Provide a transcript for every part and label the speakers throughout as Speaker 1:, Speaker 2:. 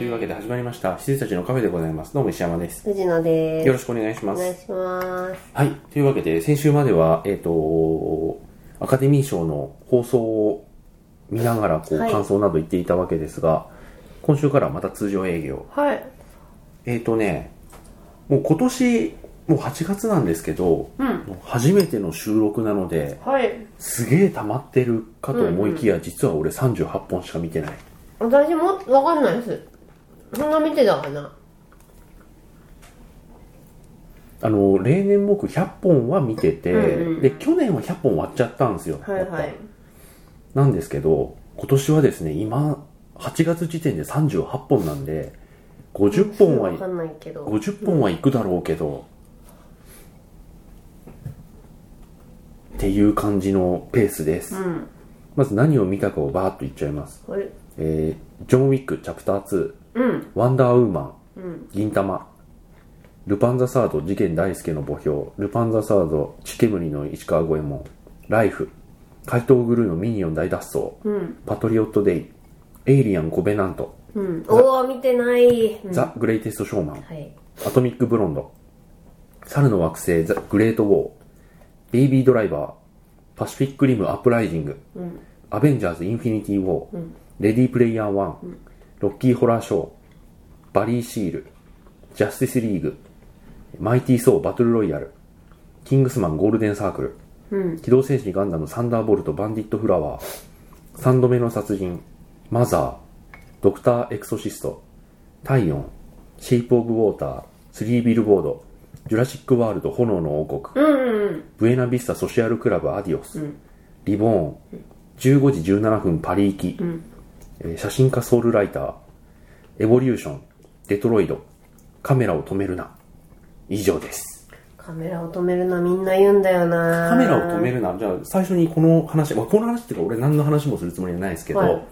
Speaker 1: いうわけで始まりました。羊たちのカフェでございます。どうも石山です。
Speaker 2: 藤野で
Speaker 1: よろ
Speaker 2: す。
Speaker 1: しくお願いしま
Speaker 2: お願い
Speaker 1: す。
Speaker 2: します。
Speaker 1: はい。というわけで、先週までは、えっ、と、アカデミー賞の放送を見ながら、こう、
Speaker 2: はい
Speaker 1: 感想など言っていたわけですが、今週からはまた通常営業。
Speaker 2: はい。
Speaker 1: えっ、とね、もう今年、もう8月なんですけど、
Speaker 2: うん。
Speaker 1: 初めての収録なので、
Speaker 2: はい。
Speaker 1: すげえ溜まってるかと思いきや、実は俺38本しか見てない。
Speaker 2: 私もわかんないです。そんな見てたかな。
Speaker 1: あの例年僕100本は見てて、
Speaker 2: うんうん
Speaker 1: で去年は100本割っちゃったんですよ、
Speaker 2: はいは
Speaker 1: やっ
Speaker 2: い。
Speaker 1: ぱなんですけど今年はですね今8月時点で38本なんで50本
Speaker 2: わか
Speaker 1: は
Speaker 2: んないけど。
Speaker 1: 50本はいくだろうけど、っていう感じのペースです、
Speaker 2: うん。
Speaker 1: まず何を見たかをバーッと言っちゃいます、
Speaker 2: これ、
Speaker 1: えージョン・ウィックチャプター2
Speaker 2: うん。
Speaker 1: ワンダーウーマン、
Speaker 2: うん
Speaker 1: 銀玉、ルパンザサード、事件大輔の墓標、ルパンザサード、血煙の石川五右衛門、ライフ、怪盗グルーのミニオン大脱走、
Speaker 2: うん。
Speaker 1: パトリオットデイ、エイリアンコベナント、
Speaker 2: うん。おー、見てない。うん
Speaker 1: ザ・グレイテスト・ショーマン、
Speaker 2: はい。
Speaker 1: アトミック・ブロンド、猿の惑星、ザ・グレート・ウォー、ベイビー・ドライバー、パシフィック・リム・アップライジング、
Speaker 2: うん。
Speaker 1: アベンジャーズ・インフィニティ・ウォー、
Speaker 2: ん
Speaker 1: レディープレイヤー1、ロッキー・ホラー・ショー、バリー・シール、ジャスティス・リーグ、マイティー・ソー・バトル・ロイヤル、キングスマン・ゴールデン・サークル、
Speaker 2: うん。
Speaker 1: 機動戦士ガンダム・サンダーボルト・バンディット・フラワー、三度目の殺人、マザー、ドクター・エクソシスト、体温、シェイプ・オブ・ウォーター、スリー・ビルボード、ジュラシック・ワールド・炎の王国、
Speaker 2: うんうん
Speaker 1: ブエナビスタ・ソシアル・クラブ・アディオス、
Speaker 2: ん
Speaker 1: リボーン、15時17分パリ行き、
Speaker 2: ん
Speaker 1: えー写真家ソウルライター、エボリューション、デトロイド、カメラを止めるな。以上です。
Speaker 2: カメラを止めるな、みんな言うんだよな。
Speaker 1: カメラを止め
Speaker 2: る。
Speaker 1: るな。じゃあ、最初にこの話、まあ、この話っていうか俺何の話もするつもりはないですけど、
Speaker 2: はい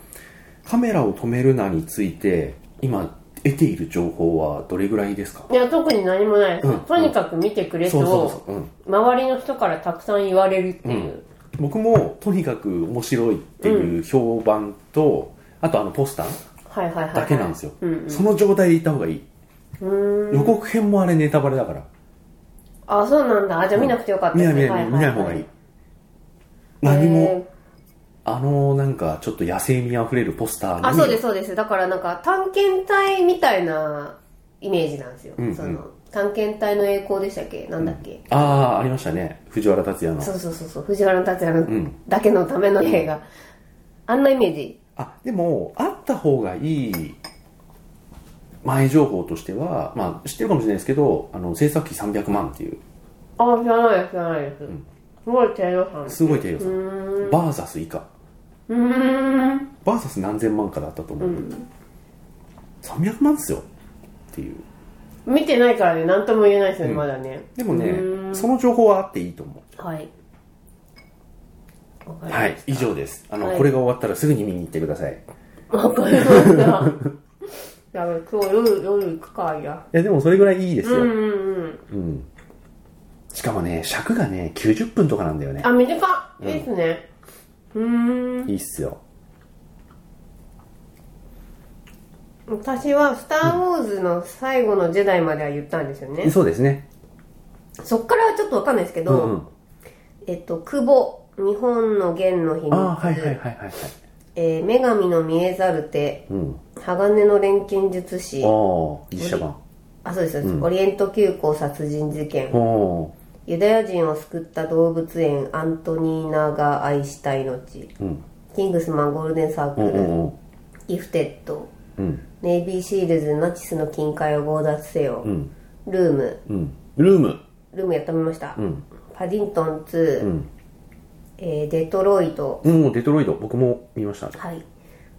Speaker 1: カメラを止めるなについて、今得ている情報はどれぐらいですか
Speaker 2: いや、特に何もないです。
Speaker 1: うん
Speaker 2: とにかく見てくれ
Speaker 1: そうそう
Speaker 2: と、
Speaker 1: そう。うん
Speaker 2: 周りの人からたくさん言われるっていう。
Speaker 1: 僕もとにかく面白いっていう評判と、あとあのポスター
Speaker 2: はいはいはいはい。
Speaker 1: だけなんですよ、
Speaker 2: うん
Speaker 1: その状態で行った方がいい、
Speaker 2: うーん。
Speaker 1: 予告編もあれネタバレだから
Speaker 2: あ、そうなんだ。あ、じゃあ見なくてよかった
Speaker 1: 見ない見
Speaker 2: は
Speaker 1: ない
Speaker 2: は
Speaker 1: 見ない方がいい、何も、あのなんかちょっと野生味あふれるポスターに
Speaker 2: あそうですそうですだからなんか探検隊みたいなイメージなんですよ、
Speaker 1: うんうん
Speaker 2: その探検隊の栄光でしたっけなんだっけ、
Speaker 1: ああありましたね藤原竜也の
Speaker 2: そうそうそうそう藤原竜也の、
Speaker 1: ん
Speaker 2: だけのための映画、あんなイメージ
Speaker 1: あでもあった方がいい前情報としては、まあ、知ってるかもしれないですけどあの制作費300万っていう
Speaker 2: あ知らないです知らないです、すごい低予算
Speaker 1: すごい低予算
Speaker 2: うーん
Speaker 1: バーサス以下
Speaker 2: うーん
Speaker 1: バーサス何千万かだったと思う、300万っすよっていう
Speaker 2: 見てないからね何とも言えないですよね、
Speaker 1: うん
Speaker 2: まだね
Speaker 1: でもね
Speaker 2: うーん
Speaker 1: その情報はあっていいと思
Speaker 2: はいわか
Speaker 1: う
Speaker 2: り
Speaker 1: はい以上ですあの、
Speaker 2: はい
Speaker 1: これが終わったらすぐに見に行ってくださいい
Speaker 2: わかりました やべ今日夜夜行くかいや
Speaker 1: やでもそれぐらいいいです
Speaker 2: う
Speaker 1: よ、
Speaker 2: ん
Speaker 1: うん
Speaker 2: うんうん
Speaker 1: しかもね尺がね90分とかなんだよね
Speaker 2: あ、短っいいですね。うーん。
Speaker 1: いいっすよ
Speaker 2: 私は、スター・ウォーズの最後のジェダイまでは言ったんですよね。
Speaker 1: そうですね
Speaker 2: そっからはちょっとわかんないですけ
Speaker 1: う
Speaker 2: ど、
Speaker 1: んうん
Speaker 2: えっと、久保、日本の元の秘密、
Speaker 1: ああはいはいはいはいはい
Speaker 2: えー女神の見えざる手、
Speaker 1: うん
Speaker 2: 鋼の錬金術師、あ
Speaker 1: ああ実写版
Speaker 2: そうです、そうですオリエント急行殺人事件、
Speaker 1: お
Speaker 2: ユダヤ人を救った動物園、アントニーナが愛した命、
Speaker 1: うん
Speaker 2: キングスマンゴールデンサーク
Speaker 1: う
Speaker 2: ル、
Speaker 1: んうんうん
Speaker 2: ギフテッド、
Speaker 1: うん
Speaker 2: ネイビーシールズナチスの金塊を強奪せよ、
Speaker 1: ん
Speaker 2: ルーム
Speaker 1: うんルーム
Speaker 2: ルームやってみました、
Speaker 1: ん
Speaker 2: パディントン2、
Speaker 1: ん
Speaker 2: えーデトロイト、
Speaker 1: うんデトロイド僕も見ました
Speaker 2: はい、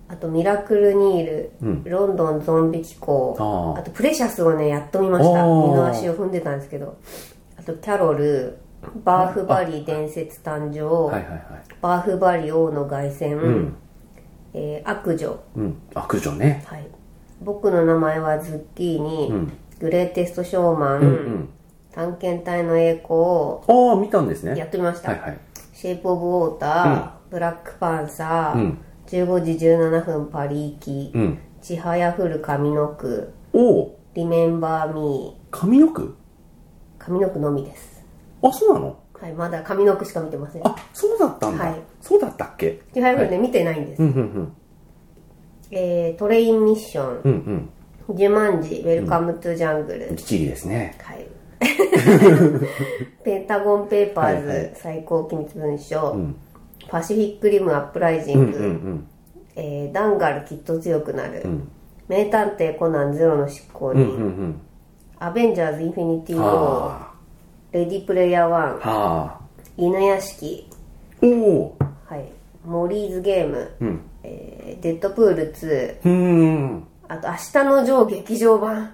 Speaker 2: あとミラクル・ニール、
Speaker 1: うん
Speaker 2: ロンドンゾンビ機構
Speaker 1: あー
Speaker 2: とプレシャスをねやっと見まし
Speaker 1: あ
Speaker 2: た
Speaker 1: ー
Speaker 2: 二の足を踏んでたんですけどあとキャロルバーフバリー伝説誕生、
Speaker 1: はいはいはい
Speaker 2: バーフバリー王の凱旋、
Speaker 1: ん
Speaker 2: えー悪女
Speaker 1: うん悪女ね
Speaker 2: はい、僕の名前はズッキーニ、
Speaker 1: ん
Speaker 2: グレーテストショーマン、
Speaker 1: ん
Speaker 2: 探検隊の栄光を
Speaker 1: ああ見たんですね
Speaker 2: やってみました、
Speaker 1: はいはい
Speaker 2: シェイプ・オブ・ウォーター、ブラック・パンサー、
Speaker 1: うん
Speaker 2: 15時17分パリ行き、
Speaker 1: うん
Speaker 2: ちはやふる上の句、
Speaker 1: おお
Speaker 2: リメンバーミ
Speaker 1: 上の句
Speaker 2: ー、上の句のみです。
Speaker 1: あ、そうなの
Speaker 2: はい、まだ上の句しか見てません。ち
Speaker 1: あ、そうだったんだ。
Speaker 2: はい
Speaker 1: そうだったっけ
Speaker 2: はやふるね、見てないんです。
Speaker 1: うんうん
Speaker 2: えー、トレインミッション、
Speaker 1: うん。うん
Speaker 2: ジュマンジ、ウェルカムトゥジャングル、
Speaker 1: うん。きっちりですね。
Speaker 2: はい。ペンタゴンペーパーズ、
Speaker 1: はいはい
Speaker 2: 最高機密文書、
Speaker 1: ん
Speaker 2: パシフィックリムアップライジ
Speaker 1: うんう
Speaker 2: ン
Speaker 1: ん
Speaker 2: グ、
Speaker 1: うん。
Speaker 2: えーダンガルきっと強くなる、
Speaker 1: ん
Speaker 2: 名探偵コナンゼロの執行
Speaker 1: うん
Speaker 2: 人、
Speaker 1: うん
Speaker 2: アベンジャーズインフィニティ・
Speaker 1: うん。
Speaker 2: ウォー、
Speaker 1: は
Speaker 2: レディプレイヤー
Speaker 1: あ。、
Speaker 2: 1
Speaker 1: はあ。
Speaker 2: 犬屋敷、
Speaker 1: おお
Speaker 2: はい、モリーズゲーム、
Speaker 1: うん。
Speaker 2: えーデッドプール2、
Speaker 1: うーん。
Speaker 2: あと明日のジョー劇場版。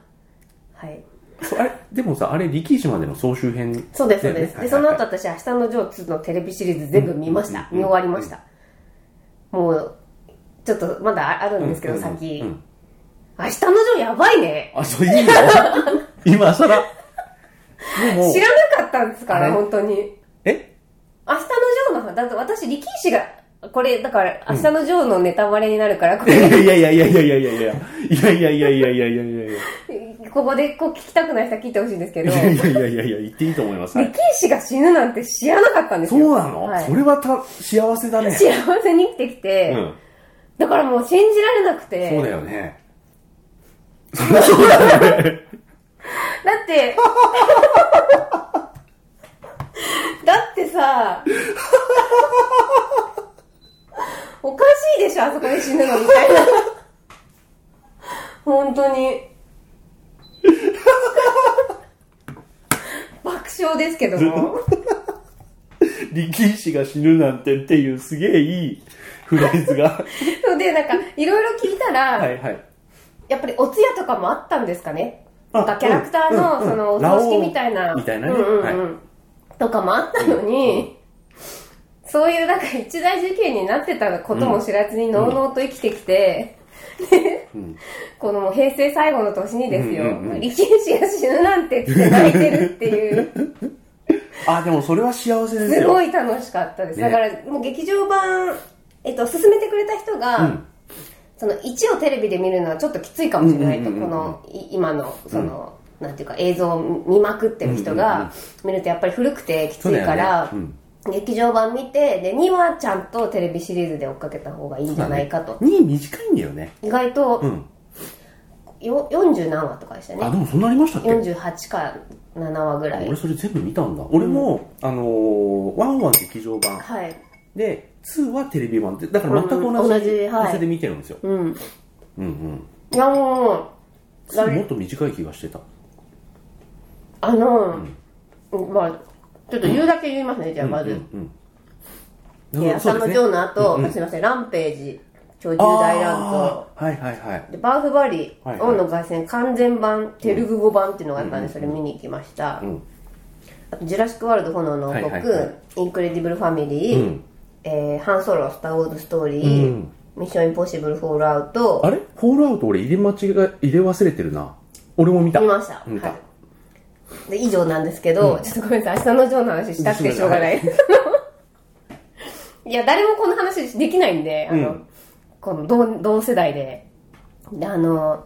Speaker 2: はい。
Speaker 1: そうあれ、でもさ、あれ、力士までの総集編だよね。
Speaker 2: そうです、そうです。で、その後
Speaker 1: はい
Speaker 2: 私、明日のジョー2のテレビシリーズ全部見ました。
Speaker 1: うん
Speaker 2: 見終わりました。もう、ちょっとまだああるんですけ
Speaker 1: う
Speaker 2: ど、
Speaker 1: んうんうん
Speaker 2: 先。
Speaker 1: うん
Speaker 2: 明日のジョーやばいね。
Speaker 1: はい。あ、そう、いいよ。今更。でも
Speaker 2: 知、らなかったんですか
Speaker 1: あ
Speaker 2: ら、
Speaker 1: れ
Speaker 2: 本当に。
Speaker 1: え
Speaker 2: 明日のジョーの、だって私、力士が、これ、だから、明日のジョーのネタバレになるから、こ
Speaker 1: い
Speaker 2: れ、
Speaker 1: やいやいやいやいやいやいやいやいやいやいやいやいやいやいや
Speaker 2: ここでこう聞きたくない人は聞いてほしいんですけど、
Speaker 1: いやいや
Speaker 2: 力
Speaker 1: いやいやいや、言っていいと思います。はい
Speaker 2: 士が死ぬなんて知らなかったんです
Speaker 1: そ
Speaker 2: よ。
Speaker 1: うなの、
Speaker 2: はい
Speaker 1: それはた幸せだね。
Speaker 2: 幸せに生きてき
Speaker 1: う
Speaker 2: て、
Speaker 1: ん。
Speaker 2: だからもう信じられなくて。
Speaker 1: そうだよね。
Speaker 2: だって、だってさ、おかしいでしょ、あそこで死ぬのみたいな。本当に。爆笑ですけども。
Speaker 1: 力士が死ぬなんてっていうすげえいいフレーズが。
Speaker 2: そうで、なんか、いろいろ聞いたら、
Speaker 1: はいはい。
Speaker 2: やっぱりお通夜とかもあったんですかね
Speaker 1: あ
Speaker 2: なんかキャラクター
Speaker 1: うん
Speaker 2: の、
Speaker 1: うん
Speaker 2: その、お
Speaker 1: ラオウ
Speaker 2: 葬式みたいな。
Speaker 1: みたいなね
Speaker 2: うんうんう
Speaker 1: は
Speaker 2: ん。とかもあったのに、そういうなんか一大事件になってたことも知らずに、のうのうと生きてきて、でこのもう平成最後の年にですよ、
Speaker 1: うんうんうん
Speaker 2: 力士が死ぬなんてって泣いてるっていう、
Speaker 1: あ、でもそれは幸せですよ。
Speaker 2: すごい楽しかったです。
Speaker 1: ね
Speaker 2: だから、もう劇場版、えっと、勧めてくれた人が、
Speaker 1: うん
Speaker 2: その1をテレビで見るのはちょっときついかもしれないと、
Speaker 1: うんうんうんうん
Speaker 2: このい今のその、なんていうか映像を見まくってる人が見るとやっぱり古くてきついから、
Speaker 1: そうだよね
Speaker 2: 劇場版見てで2はちゃんとテレビシリーズで追っかけた方がいいんじゃないかと、
Speaker 1: 2位短いんだよね。
Speaker 2: 意外と、
Speaker 1: うん。
Speaker 2: よ40何話とかでした
Speaker 1: あ、
Speaker 2: ね
Speaker 1: でもそんなありましたっけ
Speaker 2: 48か7話ぐらい
Speaker 1: 俺それ全部見たんだ。俺も、あのー、ワンは劇場版。
Speaker 2: はい
Speaker 1: で、2はテレビ版で、だから全く同
Speaker 2: うん
Speaker 1: じ
Speaker 2: 同じは
Speaker 1: お
Speaker 2: い
Speaker 1: 店で見てるんですよ。
Speaker 2: うん
Speaker 1: うんうん。
Speaker 2: いやもう
Speaker 1: 2もっと短い気がしてた。
Speaker 2: あの、まあちょっと言うだけ言いますね、じゃあまず、
Speaker 1: うんうん。
Speaker 2: で、浅
Speaker 1: そう
Speaker 2: 野
Speaker 1: ですね
Speaker 2: ジョーの後、すいません、ランページ、超重大乱闘。
Speaker 1: あーはいはいはい。
Speaker 2: で、バーフバリ、
Speaker 1: はいはい
Speaker 2: 王の凱旋完全版、テルグ語版っていうのがあったんで、それ見に行きました。
Speaker 1: ん
Speaker 2: あと、ジュラシックワールド、炎の王国、
Speaker 1: はいはいはい
Speaker 2: インクレディブルファミリー、
Speaker 1: うん
Speaker 2: えーハンソロ、スター・ウォーズ・ストーリー、
Speaker 1: うん
Speaker 2: ミッション・インポッシブル・フォールアウト、
Speaker 1: あれフォールアウト俺入れ間違え、入れ忘れてるな。俺も見た。
Speaker 2: 見ました。
Speaker 1: 見た。
Speaker 2: はい。で、以上なんですけど、ちょっとごめんなさい、明日のジョーの話したくてしょうがない。いや、誰もこの話できないんで、あの、
Speaker 1: うん
Speaker 2: この同同世代で。で、あの、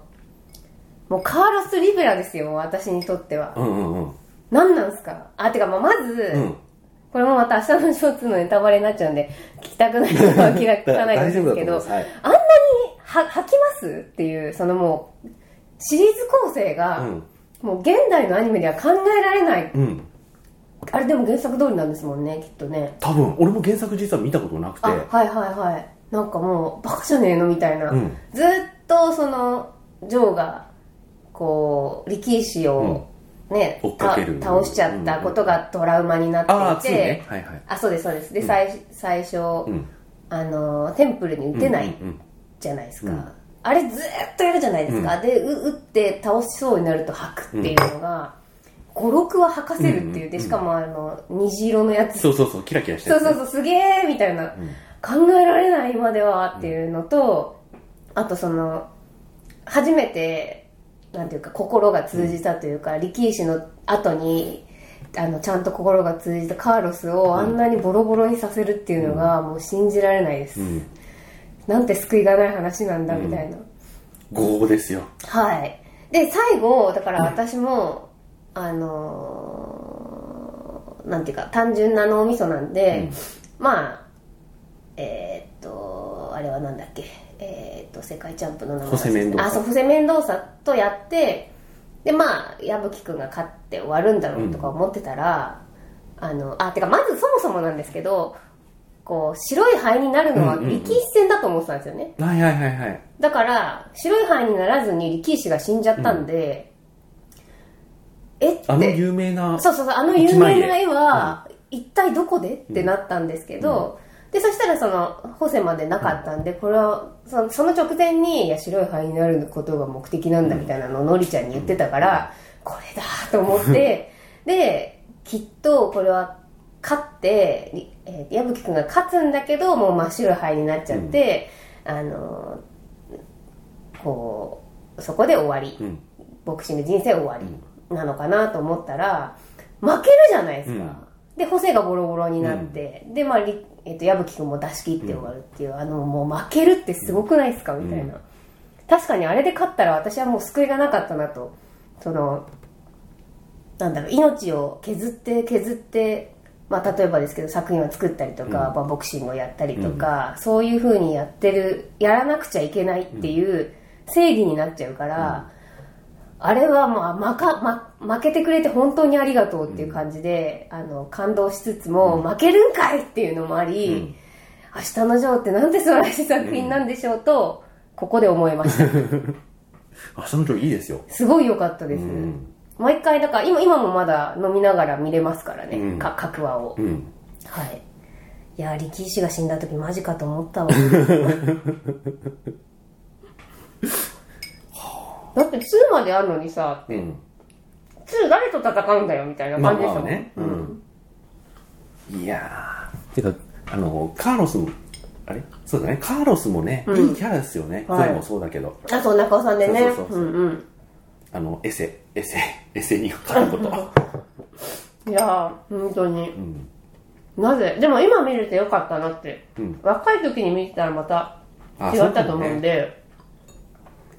Speaker 2: もうカーロス・リベラですよ、私にとっては。
Speaker 1: うんうんうん。
Speaker 2: 何なんすかあ、てか、まあ、まず、
Speaker 1: うん。
Speaker 2: これもまた明日のショーツのネタバレになっちゃうんで、聞きたくない人は聞かないんですけ
Speaker 1: 大丈夫
Speaker 2: ど、
Speaker 1: だと思いますはい
Speaker 2: あんなには吐きますっていう、そのもう、シリーズ構成が、
Speaker 1: うん
Speaker 2: もう現代のアニメでは考えられない。
Speaker 1: うん。
Speaker 2: あれでも原作通りなんですもんね、きっとね。
Speaker 1: 多分、俺も原作実は見たことなくて
Speaker 2: あ、。はいはいはい。なんかもう、バカじゃねえのみたいな。
Speaker 1: うん
Speaker 2: ずっと、その、ジョーが、こう、力士を、ね、
Speaker 1: 追っかける
Speaker 2: た倒しちゃったことがトラウマにな
Speaker 1: ああ、
Speaker 2: っ
Speaker 1: つ
Speaker 2: て
Speaker 1: い
Speaker 2: いて、
Speaker 1: ね。はいはい。
Speaker 2: あそうですそうですで、最最初、
Speaker 1: ん
Speaker 2: あのテンプルに打てない
Speaker 1: うんうんうん
Speaker 2: じゃないですか、あれずーっとやるじゃないですか、でう打って倒しそうになると吐くっていうのが、56は吐かせるっていうでしかもあの虹色のやつ、
Speaker 1: そうそうそう、キラキラして
Speaker 2: そう
Speaker 1: る。
Speaker 2: そうそうすげえみたいな、考えられない今ではっていうのと、あとその初めてなんていうか心が通じたというか、力士の後にあのちゃんと心が通じたカーロスをあんなにボロボロにさせるっていうのがもう信じられないです、
Speaker 1: ん
Speaker 2: なんて救いがない話なんだみたいな、
Speaker 1: 5ですよ。
Speaker 2: はい。で、最後、だから私も、あのーなんていうか、単純な脳みそなんで、まあ、えーっと、あれはなんだっけ、えーっと、世界チャンプの名前忘れた
Speaker 1: ホセメンドーサ
Speaker 2: あ、そう、ホセメンドーサとやって、で、まあ、矢吹くんが勝って終わるんだろうとか思ってたら、あの、あ、てか、まずそもそもなんですけど、こう、白い灰になるのは
Speaker 1: うんうんうん
Speaker 2: 力一戦だと思ってたんですよね。
Speaker 1: はいはいはいはい。
Speaker 2: だから白い灰にならずに力士が死んじゃったんで、えって
Speaker 1: あの有名な、
Speaker 2: そうそうそうあの有名な絵は一体どこで、ってなったんですけど、でそしたらそのホセまでなかったんで、これはそのその直前にいや白い灰になることが目的なんだみたいなのをのりちゃんに言ってたから、これだと思って できっとこれは勝って、りえー矢吹君が勝つんだけどもう真っ白い灰になっちゃって、あのーこうそこで終わり、
Speaker 1: うん。
Speaker 2: ボクシング人生終わりなのかなと思ったら、負けるじゃないですか。
Speaker 1: うん
Speaker 2: で、ホセがボロボロになって、で、まあ、りえっ、と、矢吹くんも出し切って終わるっていう、あの、もう負けるってすごくないですかみたいな。確かにあれで勝ったら私はもう救いがなかったなと。その、なんだろう、命を削って削って、まあ、例えばですけど作品を作ったりとか、まあボクシングをやったりとか、そういう風にやってる、やらなくちゃいけないっていう正義になっちゃうから、あれはまあ、まか、ま、負けてくれて本当にありがとうっていう感じで、あの、感動しつつも、負けるんかいっていうのもあり、
Speaker 1: うん
Speaker 2: 明日のジョーってなんて素晴らしい作品なんでしょうと、ここで思いました。
Speaker 1: 明日の今日いいですよ。
Speaker 2: すごい良かったです。
Speaker 1: うん
Speaker 2: 毎回、だから今、今もまだ飲みながら見れますからね、
Speaker 1: うん
Speaker 2: か、各話を。
Speaker 1: うん。
Speaker 2: はい。いや、力士が死んだ時マジかと思ったわ。 だって2まであるのにさ、
Speaker 1: うん。
Speaker 2: 2誰と戦うんだよみたいな
Speaker 1: まあ
Speaker 2: 感じで
Speaker 1: ま
Speaker 2: した
Speaker 1: あ
Speaker 2: もん
Speaker 1: ね。
Speaker 2: う
Speaker 1: うんん。いやー。てか、あの、カーロスも、あれそうだね。カーロスもね、
Speaker 2: うん
Speaker 1: いいキャラですよね。
Speaker 2: はい
Speaker 1: 声もそうだけど。
Speaker 2: あ、そう、中尾さんでね。
Speaker 1: そうそうそうそう
Speaker 2: うんうん。
Speaker 1: あの、エセ、エセ、エセにかかること。
Speaker 2: いやー、本当に
Speaker 1: う。ん。
Speaker 2: なぜでも今見れてよかったなって。
Speaker 1: うん。
Speaker 2: 若い時に見てたらまた
Speaker 1: あ
Speaker 2: 違ったと思うん
Speaker 1: ね
Speaker 2: で、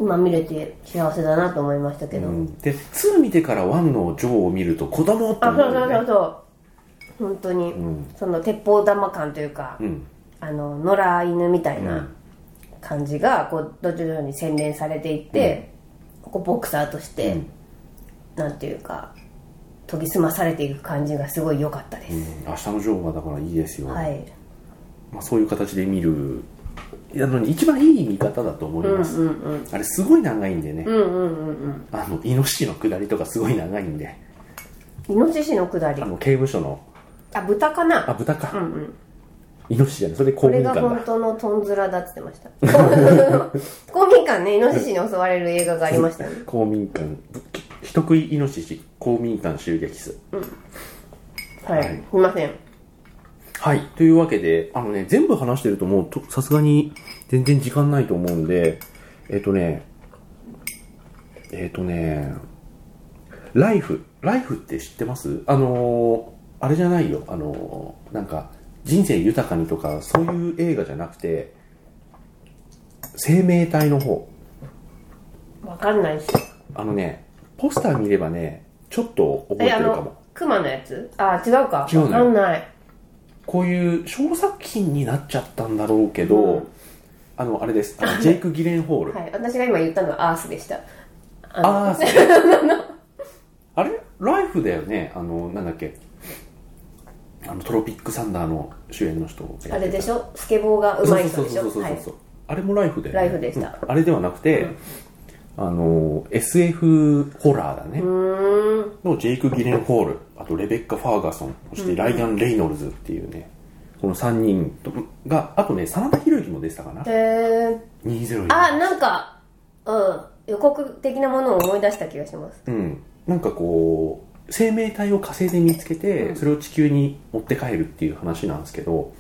Speaker 2: 今見れて幸せだなと思いましたけど。
Speaker 1: うんで、2見てから1のジョーを見ると子供って
Speaker 2: あ、
Speaker 1: 思う
Speaker 2: そうそ
Speaker 1: よ
Speaker 2: うそう
Speaker 1: ね。
Speaker 2: そう。本当に、
Speaker 1: ん
Speaker 2: その鉄砲玉感というか、
Speaker 1: うん。
Speaker 2: あの野良犬みたいうなん感じがこう徐々に洗練されていって、こうボクサーとして、
Speaker 1: うん
Speaker 2: なんていうか研ぎ澄まされていく感じがすごい良かったで
Speaker 1: う
Speaker 2: す、
Speaker 1: ん明日のジョーはだからいいですよ。
Speaker 2: はい
Speaker 1: まあ、そういう形で見る。なのに一番いい見方だと思い
Speaker 2: うんう
Speaker 1: ます。
Speaker 2: んうん
Speaker 1: あれすごい長いんでね。
Speaker 2: うんうんうん
Speaker 1: あの、イノシシの下りとかすごい長いんで。
Speaker 2: うんイノシシのくだり
Speaker 1: あの、刑務所の、
Speaker 2: あ豚かな
Speaker 1: あ、豚か。
Speaker 2: うんうん
Speaker 1: イノシシじゃない。それで公
Speaker 2: これ
Speaker 1: 民
Speaker 2: が
Speaker 1: 館
Speaker 2: 本
Speaker 1: だ。
Speaker 2: 当のトンズラだって言ってました 公民館ねイノシシに襲われる映画がありましたね
Speaker 1: 公民館、人食いイノシシ、公民館襲撃する。
Speaker 2: は い、
Speaker 1: はい
Speaker 2: すいません
Speaker 1: はい。というわけで、あのね、全部話してるともうと、さすがに全然時間ないと思うんで、えっ、とね、えっ、とね、ライフ。ライフって知ってますあのーあれじゃないよ。あのーなんか、人生豊かにとか、そういう映画じゃなくて、生命体の方。
Speaker 2: わかんないし
Speaker 1: あのね、ポスター見ればね、ちょっと覚え
Speaker 2: え
Speaker 1: て
Speaker 2: あ
Speaker 1: るかも
Speaker 2: の。熊のやつあ違うか
Speaker 1: 違うのよ
Speaker 2: わかんない
Speaker 1: こういう小作品になっちゃったんだろうけど、
Speaker 2: うん
Speaker 1: あの、あれです。あのジェイク・ギレンホール。
Speaker 2: はい、私が今言ったのはアースでした。あの
Speaker 1: ああ、そう。あれライフだよね。あの、なんだっけ。あの、トロピック・サンダーの主演の人を
Speaker 2: あれでし
Speaker 1: ょ
Speaker 2: ょスケボーが上手い人でし
Speaker 1: そう
Speaker 2: ょ
Speaker 1: そうそうそう
Speaker 2: は
Speaker 1: そう
Speaker 2: い
Speaker 1: そう。あれもライフだよね。
Speaker 2: ライフでした
Speaker 1: うんあれではなくて、あの、SF ホラーだね。
Speaker 2: うーん。
Speaker 1: のジェイク・ギレンホール、あとレベッカ・ファーガソン、そしてライアン・レイノルズっていうね、この3人とが、あとね、真田広之も出てたかな
Speaker 2: へー。
Speaker 1: ?204。
Speaker 2: あ、なんか、うん。予告的なものを思い出した気がします。
Speaker 1: うん。なんかこう、生命体を火星で見つけて、それを地球に持って帰るっていう話なんですけど、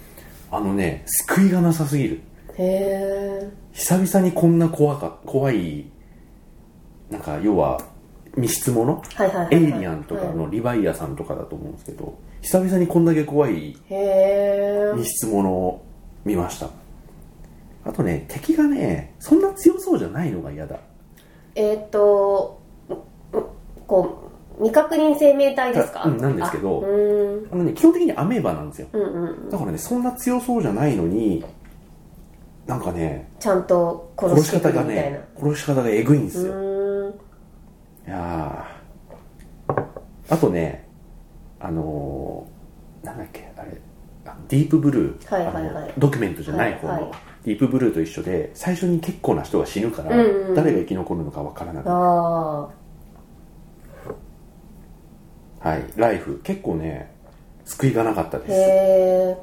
Speaker 1: あのね、救いがなさすぎる。
Speaker 2: へー。
Speaker 1: 久々にこんな怖か、怖い、なんか要は、密室もの
Speaker 2: はいはいはい、はい。
Speaker 1: エイリアンとかのリヴァイアさんとかだと思うんですけど、久々にこんだけ怖い
Speaker 2: へー。
Speaker 1: 密室ものを見ましたあとね、敵がね、そんな強そうじゃないのが嫌だ。
Speaker 2: えーっとううこう未確認生命体ですか、
Speaker 1: うんなんですけど
Speaker 2: あうーん
Speaker 1: あのね、基本的にアメーバなんですよ。
Speaker 2: うんうん
Speaker 1: だからね、そんな強そうじゃないのに、なんかね、
Speaker 2: ちゃんと殺
Speaker 1: 殺
Speaker 2: し
Speaker 1: して
Speaker 2: く
Speaker 1: 方
Speaker 2: る
Speaker 1: が
Speaker 2: みたいな、
Speaker 1: ね、殺し方がえぐいんで
Speaker 2: う
Speaker 1: すよ。
Speaker 2: ーん
Speaker 1: いやーあとね、あのーなんだっけ、あれ、あディープブルー、
Speaker 2: はいはいはい
Speaker 1: あのドキュメントじゃない方の、
Speaker 2: はいはい
Speaker 1: ディープブルーと一緒で、最初に結構な人が死ぬから、
Speaker 2: うんうんうん
Speaker 1: 誰が生き残るのかわからなく
Speaker 2: あ
Speaker 1: はい、ライフ、結構ね、救いがなかった
Speaker 2: あへ
Speaker 1: で
Speaker 2: え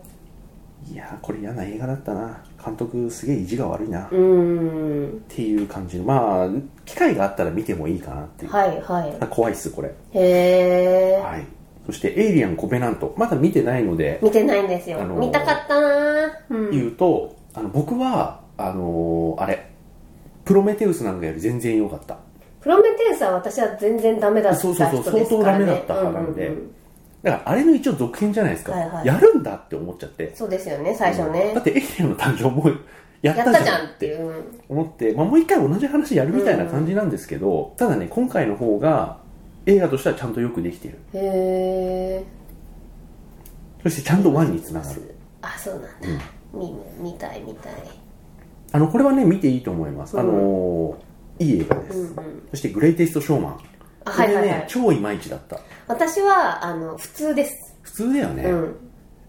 Speaker 1: す。いやーこれ嫌な映画だったな。監督、すげえ意地が悪いな。
Speaker 2: う
Speaker 1: っ
Speaker 2: ーん
Speaker 1: ていう感じの、まあ、機会があったら見てもいいかなっていう。
Speaker 2: はいは
Speaker 1: あ怖いっす、これ。
Speaker 2: いへえ
Speaker 1: はい。そして、エイリアン・コベナント。まだ見てないので、
Speaker 2: 見てないんですよ、
Speaker 1: あのー
Speaker 2: 見たかったなーうん
Speaker 1: 言うと、あの僕はあのーあれプロメテウスなんかより全然良かった
Speaker 2: プロメテウスは私は全然ダメだった人
Speaker 1: そう
Speaker 2: です
Speaker 1: そ
Speaker 2: か
Speaker 1: うそう相当ダ
Speaker 2: ら、ね、
Speaker 1: メだった派なんで
Speaker 2: うんうんうん
Speaker 1: だからあれの一応続編じゃないですか、
Speaker 2: はいはい
Speaker 1: やるんだって思っちゃって
Speaker 2: そうですよね最初ね、
Speaker 1: だってエイリアンの誕生もやっ
Speaker 2: やったた
Speaker 1: じ
Speaker 2: じ
Speaker 1: ゃ
Speaker 2: ゃ
Speaker 1: ん
Speaker 2: ん
Speaker 1: っ
Speaker 2: ってい
Speaker 1: て
Speaker 2: う、
Speaker 1: 思って、まあ、もう一回同じ話やるみたいな感じなんですけど、ただね今回の方が映画としてはちゃんとよくできている
Speaker 2: うんへえ
Speaker 1: そしてちゃんとワンにつながる
Speaker 2: あそうなんだ、見見たい見たい
Speaker 1: あのこれはね見ていいと思います、
Speaker 2: うん
Speaker 1: あのーいい映画です、
Speaker 2: うんうん
Speaker 1: そして「グレイテスト・ショーマン」
Speaker 2: あ
Speaker 1: こ
Speaker 2: は
Speaker 1: れ
Speaker 2: い
Speaker 1: ね、
Speaker 2: はいはい
Speaker 1: 超いまいちだった
Speaker 2: 私はあの普通です、
Speaker 1: 普通だよね、
Speaker 2: うん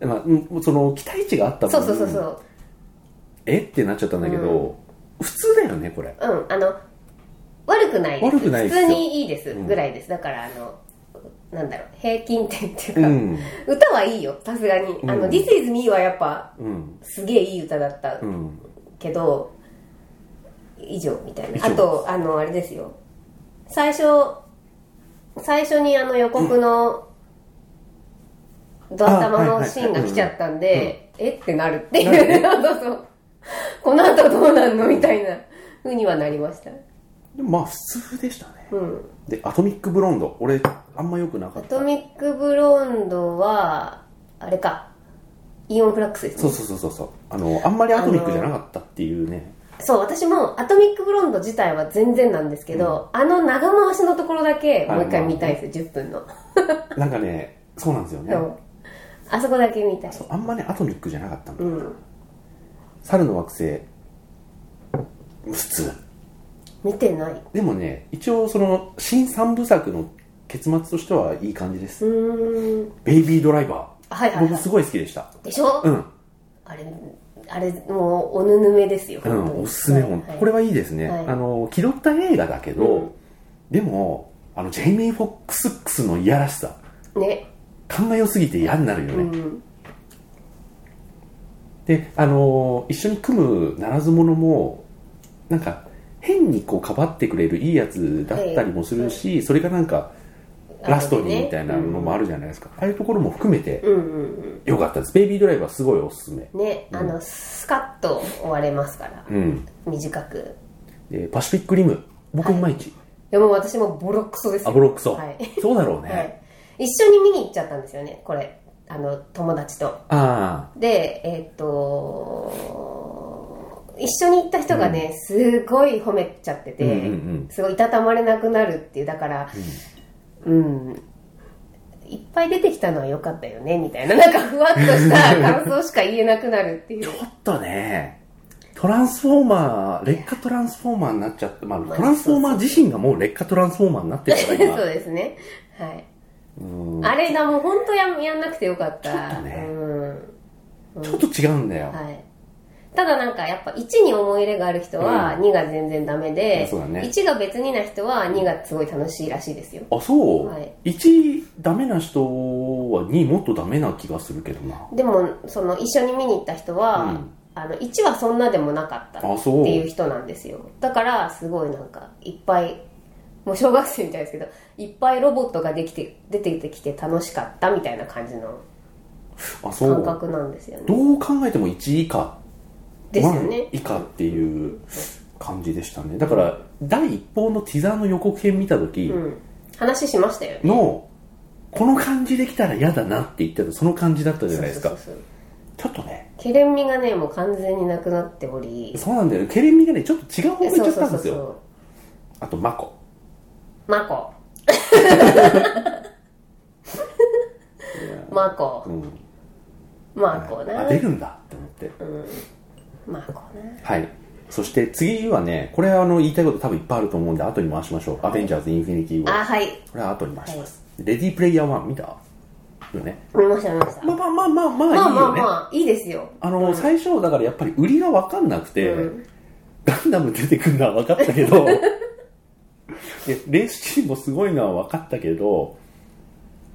Speaker 1: まあうん、その期待値があった分
Speaker 2: そうそうそうそう
Speaker 1: えってなっちゃったんだけど、普通だよねこれ
Speaker 2: うんあの悪くないです
Speaker 1: 悪くないですよ
Speaker 2: 普通にいいです
Speaker 1: うん
Speaker 2: ぐらいです、だからあのなんだろう平均点っていう
Speaker 1: う
Speaker 2: か、
Speaker 1: ん
Speaker 2: 歌はいいよさすがに、あ
Speaker 1: う
Speaker 2: の
Speaker 1: ん
Speaker 2: This is me はやっぱ
Speaker 1: うん
Speaker 2: すげえいい歌だった
Speaker 1: うん
Speaker 2: けど、以上みたい
Speaker 1: 以
Speaker 2: な
Speaker 1: 上
Speaker 2: あとあのあれですよ最初最初にあの予告のドア玉のシーンが来ちゃったん
Speaker 1: はいはいはい
Speaker 2: でえってなるって
Speaker 1: なる
Speaker 2: い
Speaker 1: ね
Speaker 2: う そうそうこの後どうなんのみたいな風にはなりました
Speaker 1: でもまあ普通でしたね
Speaker 2: うん
Speaker 1: で「アトミック・ブロンド」俺あんま良くなか
Speaker 2: ア
Speaker 1: った
Speaker 2: トミックブロンドはあれかイオンフラックスですね
Speaker 1: そうそうそうそうそうあのあんまりアトミックじゃなかったっていうね
Speaker 2: そう、私もアトミックブロンド自体は全然なんですけど、あの長回しのところだけもう一回見たいんですよ、10分の。
Speaker 1: なんかねそうなんですよね
Speaker 2: そうあそこだけ見たい。
Speaker 1: そうあんまねアトミックじゃなかったの、
Speaker 2: うん。
Speaker 1: 猿の惑星普通
Speaker 2: 見てない。
Speaker 1: でもね一応その新三部作の結末としてはいい感じです、
Speaker 2: うーん。
Speaker 1: ベイビードライバ
Speaker 2: はい
Speaker 1: ー
Speaker 2: はい、
Speaker 1: 僕
Speaker 2: はい
Speaker 1: す。ごい好きでした
Speaker 2: でしょ、
Speaker 1: うん
Speaker 2: あれ、あれ、もう、おぬぬめですよ。
Speaker 1: う
Speaker 2: 本当
Speaker 1: ん、
Speaker 2: に
Speaker 1: おすすめ
Speaker 2: はい
Speaker 1: 本、
Speaker 2: はい
Speaker 1: これはいいですね、
Speaker 2: はい
Speaker 1: あの気取った映画だけど、
Speaker 2: うん
Speaker 1: でもあのジェイミー・フォックスックスのいやらしさ
Speaker 2: ね。
Speaker 1: 考えよすぎて嫌になるよね、
Speaker 2: うん。
Speaker 1: であの一緒に組むならず者もなんか変にこうかばってくれるいいやつだったりもするし、それがなんかラストにみたいなのもあ
Speaker 2: る。
Speaker 1: るじゃないですか、ああいうところも含めて
Speaker 2: うんうん
Speaker 1: よかったですベイビードライバーすごいおすすめ
Speaker 2: うん。ね、あの、スカッと終われますから、
Speaker 1: うん
Speaker 2: 短く。
Speaker 1: でパシフィックリム僕いまいち、
Speaker 2: でも私もボロクソですよ
Speaker 1: あボロクソ、
Speaker 2: はい。
Speaker 1: そうだろうね、
Speaker 2: はい、一緒に見に行っちゃったんですよねこれあの友達と
Speaker 1: あ
Speaker 2: でえーっと一緒に行った人がね、すごい褒めちゃって
Speaker 1: あう
Speaker 2: て、
Speaker 1: んうんうん
Speaker 2: すごいいたたまれなくなるっていうだからうん、いっぱい出てきたのは良かったよねみたいななんかふわっとした感想しか言えなくなるっていう
Speaker 1: ちょっとね、トランスフォーマー、劣化トランスフォーマーになっちゃって、まあ、
Speaker 2: まあ
Speaker 1: トランスフォーマー自身がもう劣化トランスフォーマーになってるか
Speaker 2: そう
Speaker 1: ら、今。
Speaker 2: ですねはい
Speaker 1: うん
Speaker 2: あれがもう本当ややんなくてよかった
Speaker 1: ちょっとね
Speaker 2: うん
Speaker 1: ちょっと違うんだよ。
Speaker 2: はい、ただなんかやっぱ1に思い入れがある人は
Speaker 1: うん
Speaker 2: 2が全然ダメで、
Speaker 1: そうだね
Speaker 2: 1が別にな人は2がすごい楽しいらしいですよ
Speaker 1: あ、そう、
Speaker 2: はい
Speaker 1: 1ダメな人は2もっとダメな気がするけどな。
Speaker 2: でもその一緒に見に行った人は、
Speaker 1: うん
Speaker 2: あの1はそんなでもなかったっ
Speaker 1: あ、そう。
Speaker 2: ていう人なんですよだからすごいなんかいっぱいもう小学生みたいですけどいっぱいロボットができて出てきて楽しかったみたいな感じの
Speaker 1: あ、そ
Speaker 2: 感
Speaker 1: う。
Speaker 2: 覚なんですよね
Speaker 1: どう考えても1以下、
Speaker 2: ですよ
Speaker 1: ワン
Speaker 2: ね
Speaker 1: 以下っていう感じでしたね。だから、第一報のティザーの予告編見たとき
Speaker 2: うん話しましたよね
Speaker 1: の、この感じできたら嫌だなって言ってた、その感じだったじゃないですか。
Speaker 2: そうそうそう
Speaker 1: ちょっとね
Speaker 2: ケレン味がねもう完全になくなっており
Speaker 1: そうなんだよねケレン味がねちょっと違う方向
Speaker 2: え
Speaker 1: 行っち
Speaker 2: そ
Speaker 1: ゃ
Speaker 2: う
Speaker 1: っ
Speaker 2: そ
Speaker 1: た
Speaker 2: うんそ
Speaker 1: で
Speaker 2: う
Speaker 1: す
Speaker 2: そ
Speaker 1: よ
Speaker 2: う
Speaker 1: あとマコ
Speaker 2: マコマコ
Speaker 1: うん
Speaker 2: マコな
Speaker 1: あ出るんだって思って
Speaker 2: マコな
Speaker 1: はいそして次はねこれはあの言いたいこと多分いっぱいあると思うんで後に回しましょう「アベンジャーズ・インフィニティ・ウォー
Speaker 2: あ」はい
Speaker 1: これは後に回します、レディープレイヤー1見たよね
Speaker 2: 見ました見ました
Speaker 1: まあまあまあまあまあいい
Speaker 2: ま
Speaker 1: よ
Speaker 2: あ
Speaker 1: ね、
Speaker 2: まあまあいいですよ
Speaker 1: あの、最初だからやっぱり売りが分かんなくて、ガンダム出てくるのは分かったけ どでレースチームもすごいのは分かったけど